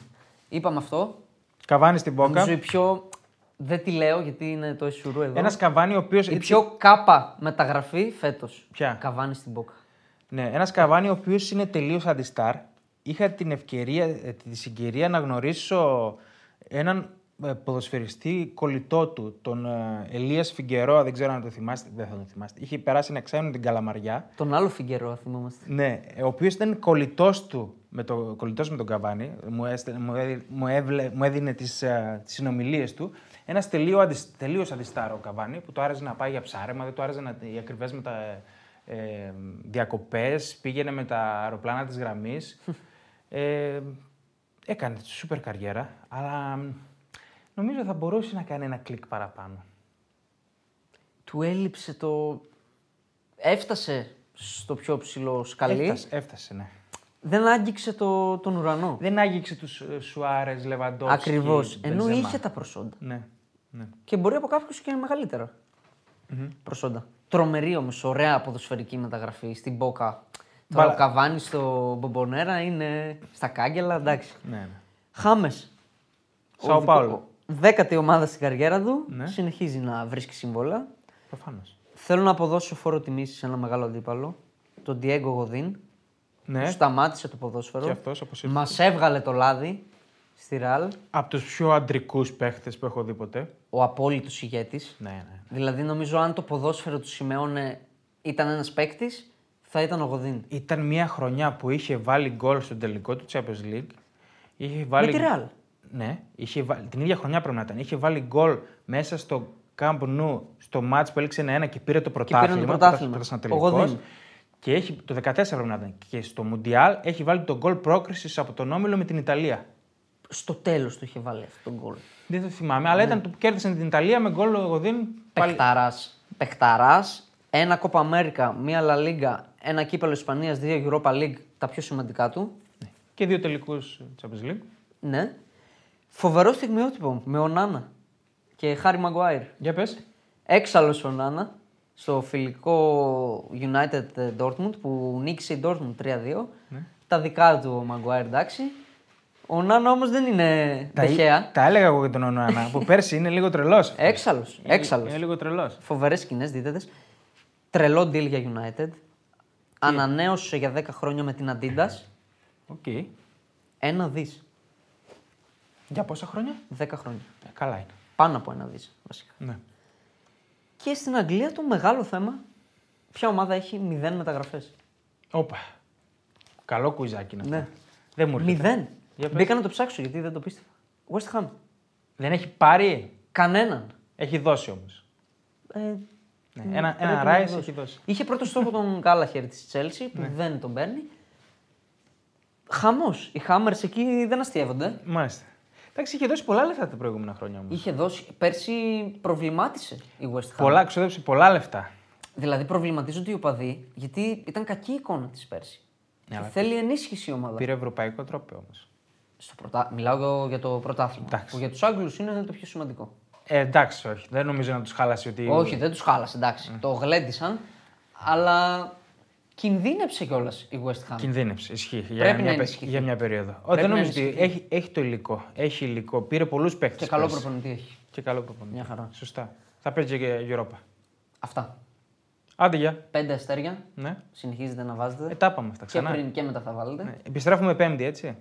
[SPEAKER 2] Είπαμε αυτό.
[SPEAKER 1] Καβάνι στην Πόκα.
[SPEAKER 2] Νομίζω η πιο. Δεν τη λέω γιατί είναι το Ισουρού εδώ.
[SPEAKER 1] Ένας καβάνι ο οποίος.
[SPEAKER 2] Η πιο κάπα μεταγραφή φέτος.
[SPEAKER 1] Ποια?
[SPEAKER 2] Καβάνει στην Μπόκα.
[SPEAKER 1] Ναι, ένας καβάνι ο οποίος είναι τελείως αντιστάρ. Είχα την ευκαιρία, ε, τη συγκυρία να γνωρίσω έναν ε, ποδοσφαιριστή κολλητό του, τον Ελία Φιγκερό. Δεν ξέρω αν το θυμάστε. Δεν θα τον θυμάστε. Είχε περάσει ένα εξάμεινο την Καλαμαριά.
[SPEAKER 2] Τον άλλο Φιγκερό, θυμόμαστε.
[SPEAKER 1] Ναι, ε, ο οποίος ήταν κολλητός του με, το, κολλητός με τον Καβάνη. Μου, έστε, μου, έδι- μου, έβλε- μου έδινε τις συνομιλίες του. Ένας τελείως αντιστάρο ο Καβάνη που του άρεσε να πάει για ψάρεμα, δεν του άρεσε να, οι ακριβές με τα ε, διακοπές, πήγαινε με τα αεροπλάνα της γραμμής. Ε, έκανε σούπερ καριέρα, αλλά μ, νομίζω θα μπορούσε να κάνει ένα κλικ παραπάνω.
[SPEAKER 2] Του έλειψε το. Έφτασε στο πιο ψηλό σκαλί.
[SPEAKER 1] Έφτασε, έφτασε, ναι.
[SPEAKER 2] Δεν άγγιξε το, τον ουρανό.
[SPEAKER 1] Δεν άγγιξε τους Σουάρες, Λεβαντόφσκι.
[SPEAKER 2] Ακριβώς. Ενώ
[SPEAKER 1] Μπενζεμά.
[SPEAKER 2] είχε τα προσόντα.
[SPEAKER 1] Ναι, ναι.
[SPEAKER 2] Και μπορεί από κάποιους και μεγαλυτερα προσόντα. Τρομερή όμως, ωραία ποδοσφαιρική μεταγραφή στην Μπόκα. Τώρα
[SPEAKER 1] Μπαλα-
[SPEAKER 2] ο Καβάνη στο Μπομπονέρα είναι στα κάγκελα, εντάξει.
[SPEAKER 1] ναι, ναι.
[SPEAKER 2] Χάμες.
[SPEAKER 1] Σαο Πάολο. Ναι.
[SPEAKER 2] Δέκατη ομάδα στην καριέρα του. Συνεχίζει να βρίσκει συμβόλαια.
[SPEAKER 1] Προφανώς.
[SPEAKER 2] Θέλω να αποδώσω φόρο τιμής σε ένα μεγάλο αντίπαλο, τον Diego Godin.
[SPEAKER 1] Ναι.
[SPEAKER 2] Που σταμάτησε το ποδόσφαιρο.
[SPEAKER 1] Και αυτός, όπως ήρθε.
[SPEAKER 2] Μας έβγαλε το λάδι στη Ραλ.
[SPEAKER 1] Από τους πιο αντρικούς παίχτες που έχω δει ποτέ.
[SPEAKER 2] Ο απόλυτος ηγέτης.
[SPEAKER 1] Ναι, ναι.
[SPEAKER 2] Δηλαδή, νομίζω αν το ποδόσφαιρο του Σιμεώνε ήταν ένας παίκτης, θα ήταν ο Γοδίν.
[SPEAKER 1] Ήταν μια χρονιά που είχε βάλει γκολ στο τελικό του Champions League. Είχε βάλει...
[SPEAKER 2] Με τη Ρεάλ.
[SPEAKER 1] Ναι, είχε βάλει... την ίδια χρονιά πρέπει να ήταν. Είχε βάλει γκολ μέσα στο Camp Nou, στο μάτς που έλεξε ένα και πήρε το πρωτάθλημα.
[SPEAKER 2] πήραν το
[SPEAKER 1] που
[SPEAKER 2] πρωτάθλημα.
[SPEAKER 1] ήταν στον
[SPEAKER 2] Ο
[SPEAKER 1] τελικός.
[SPEAKER 2] Γοδίν.
[SPEAKER 1] Και έχει... το 14 πρέπει να ήταν. Και στο Μουντιάλ έχει βάλει τον γκολ πρόκρισης από τον Όμιλο με την Ιταλία.
[SPEAKER 2] Στο τέλος του είχε βάλει αυτόν τον γκολ.
[SPEAKER 1] Δεν το θυμάμαι, αλλά ήταν το που κέρδισαν την Ιταλία με γκολ ο Γοδίν. Πάλι...
[SPEAKER 2] Πεχταράς. Πεχταράς. Ένα Κόπα Αμέρικα, μία Λα Λίγκα, ένα κύπελο Ισπανίας, δύο Europa League, τα πιο σημαντικά του.
[SPEAKER 1] Και δύο τελικούς Champions League.
[SPEAKER 2] Ναι. Φοβερό στιγμιότυπο με ο Νάνα και Χάρι Μαγκουάιρ.
[SPEAKER 1] Για πες.
[SPEAKER 2] Έξαλλος ο Νάνα στο φιλικό United ε, Dortmund που νίκησε η Dortmund 3-2. Τα δικά του ο Μαγκουάιρ εντάξει. Ο Νάνα όμως δεν είναι
[SPEAKER 1] Τα,
[SPEAKER 2] τυχαία.
[SPEAKER 1] τα έλεγα εγώ για τον Ονάνα. που πέρσι είναι λίγο τρελός.
[SPEAKER 2] Έξαλλος.
[SPEAKER 1] Είναι
[SPEAKER 2] Έξαλλος.
[SPEAKER 1] λίγο τρελός.
[SPEAKER 2] Φοβερές σκηνές δίδετε. Τρελό deal για United. Ανανέωσε για 10 χρόνια με την Adidas.
[SPEAKER 1] Οκ.
[SPEAKER 2] Ένα δις.
[SPEAKER 1] Για πόσα χρόνια?
[SPEAKER 2] 10 χρόνια.
[SPEAKER 1] Ε, καλά είναι.
[SPEAKER 2] Πάνω από ένα δις βασικά.
[SPEAKER 1] Ναι.
[SPEAKER 2] Και στην Αγγλία το μεγάλο θέμα, ποια ομάδα έχει 0 μεταγραφές.
[SPEAKER 1] Όπα. Καλό κουιζάκι είναι αυτό.
[SPEAKER 2] Ναι.
[SPEAKER 1] Δεν μου έρχεται.
[SPEAKER 2] 0.
[SPEAKER 1] Για πες.
[SPEAKER 2] Μπήκα να το ψάξω γιατί δεν το πίστευα. West Ham.
[SPEAKER 1] Δεν έχει πάρει.
[SPEAKER 2] Κανέναν.
[SPEAKER 1] Έχει δώσει όμως.
[SPEAKER 2] Ε,
[SPEAKER 1] Ναι. Ένα,
[SPEAKER 2] πρέπει
[SPEAKER 1] ένα
[SPEAKER 2] να
[SPEAKER 1] Ράις έχει δώσει. Ναι.
[SPEAKER 2] Είχε πρώτο στόχο τον Γκάλαχερ τη Τσέλση που δεν τον παίρνει. Χαμός. Οι Χάμερ εκεί δεν αστείευονται.
[SPEAKER 1] Μάλιστα. Εντάξει, είχε δώσει πολλά λεφτά τα προηγούμενα χρόνια όμως.
[SPEAKER 2] Είχε δώσει. Πέρσι προβλημάτισε η West Ham.
[SPEAKER 1] Πολλά, ξόδεψε πολλά λεφτά.
[SPEAKER 2] Δηλαδή προβληματίζονται οι οπαδοί γιατί ήταν κακή η εικόνα της πέρσι.
[SPEAKER 1] Ναι,
[SPEAKER 2] Και
[SPEAKER 1] αλλά
[SPEAKER 2] θέλει ενίσχυση η ομάδα.
[SPEAKER 1] Πήρε ευρωπαϊκό τρόπο όμως.
[SPEAKER 2] Στο πρωτα... Μιλάω για το πρωτάθλημα.
[SPEAKER 1] Εντάξει.
[SPEAKER 2] Που για τους Άγγλους είναι το πιο σημαντικό.
[SPEAKER 1] Ε, εντάξει, όχι. Δεν νομίζω να τους χάλασε ότι. Mm.
[SPEAKER 2] Όχι, δεν τους χάλασε, εντάξει. Το γλέντισαν, αλλά κινδύνεψε κιόλας η West Ham.
[SPEAKER 1] Κινδύνευσε. Ισχύει.
[SPEAKER 2] Ναι. Πρέπει
[SPEAKER 1] Για,
[SPEAKER 2] να
[SPEAKER 1] μια, πε-
[SPEAKER 2] ενισχυθεί.
[SPEAKER 1] για μια περίοδο. Ό,
[SPEAKER 2] Πρέπει
[SPEAKER 1] δεν
[SPEAKER 2] να
[SPEAKER 1] νομίζω ότι
[SPEAKER 2] ενισχυθεί.
[SPEAKER 1] έχει, έχει το υλικό. Έχει υλικό. Πήρε πολλούς παίχτε.
[SPEAKER 2] Και καλό προπονητή έχει.
[SPEAKER 1] Και καλό προπονητή.
[SPEAKER 2] Μια χαρά.
[SPEAKER 1] Σωστά. Θα παίζει και Europa.
[SPEAKER 2] Αυτά.
[SPEAKER 1] Άντε για.
[SPEAKER 2] Πέντε αστέρια.
[SPEAKER 1] Ναι.
[SPEAKER 2] Συνεχίζετε να βάζετε.
[SPEAKER 1] Ε, τα είπαμε αυτά
[SPEAKER 2] και
[SPEAKER 1] ξανά.
[SPEAKER 2] πριν και μετά θα βάλετε.
[SPEAKER 1] Ναι. Επιστρέφουμε Πέμπτη, έτσι.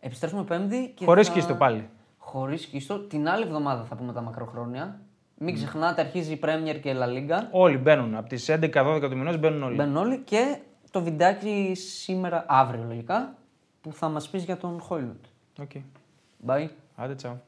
[SPEAKER 2] Επιστρέφουμε Πέμπτη. Και
[SPEAKER 1] Χωρίς
[SPEAKER 2] θα...
[SPEAKER 1] κίστο πάλι.
[SPEAKER 2] Χωρίς κίστο. Την άλλη εβδομάδα θα πούμε τα μακροχρόνια.
[SPEAKER 1] Mm.
[SPEAKER 2] Μην ξεχνάτε, αρχίζει η Premier και η La Liga.
[SPEAKER 1] Όλοι μπαίνουν. Από τις 11-12 του μηνός μπαίνουν όλοι.
[SPEAKER 2] Μπαίνουν όλοι και το βιντεάκι σήμερα, αύριο λογικά, που θα μας πεις για τον Χόιλουντ.
[SPEAKER 1] Οκ.
[SPEAKER 2] Bye.
[SPEAKER 1] Άντε, τσαου.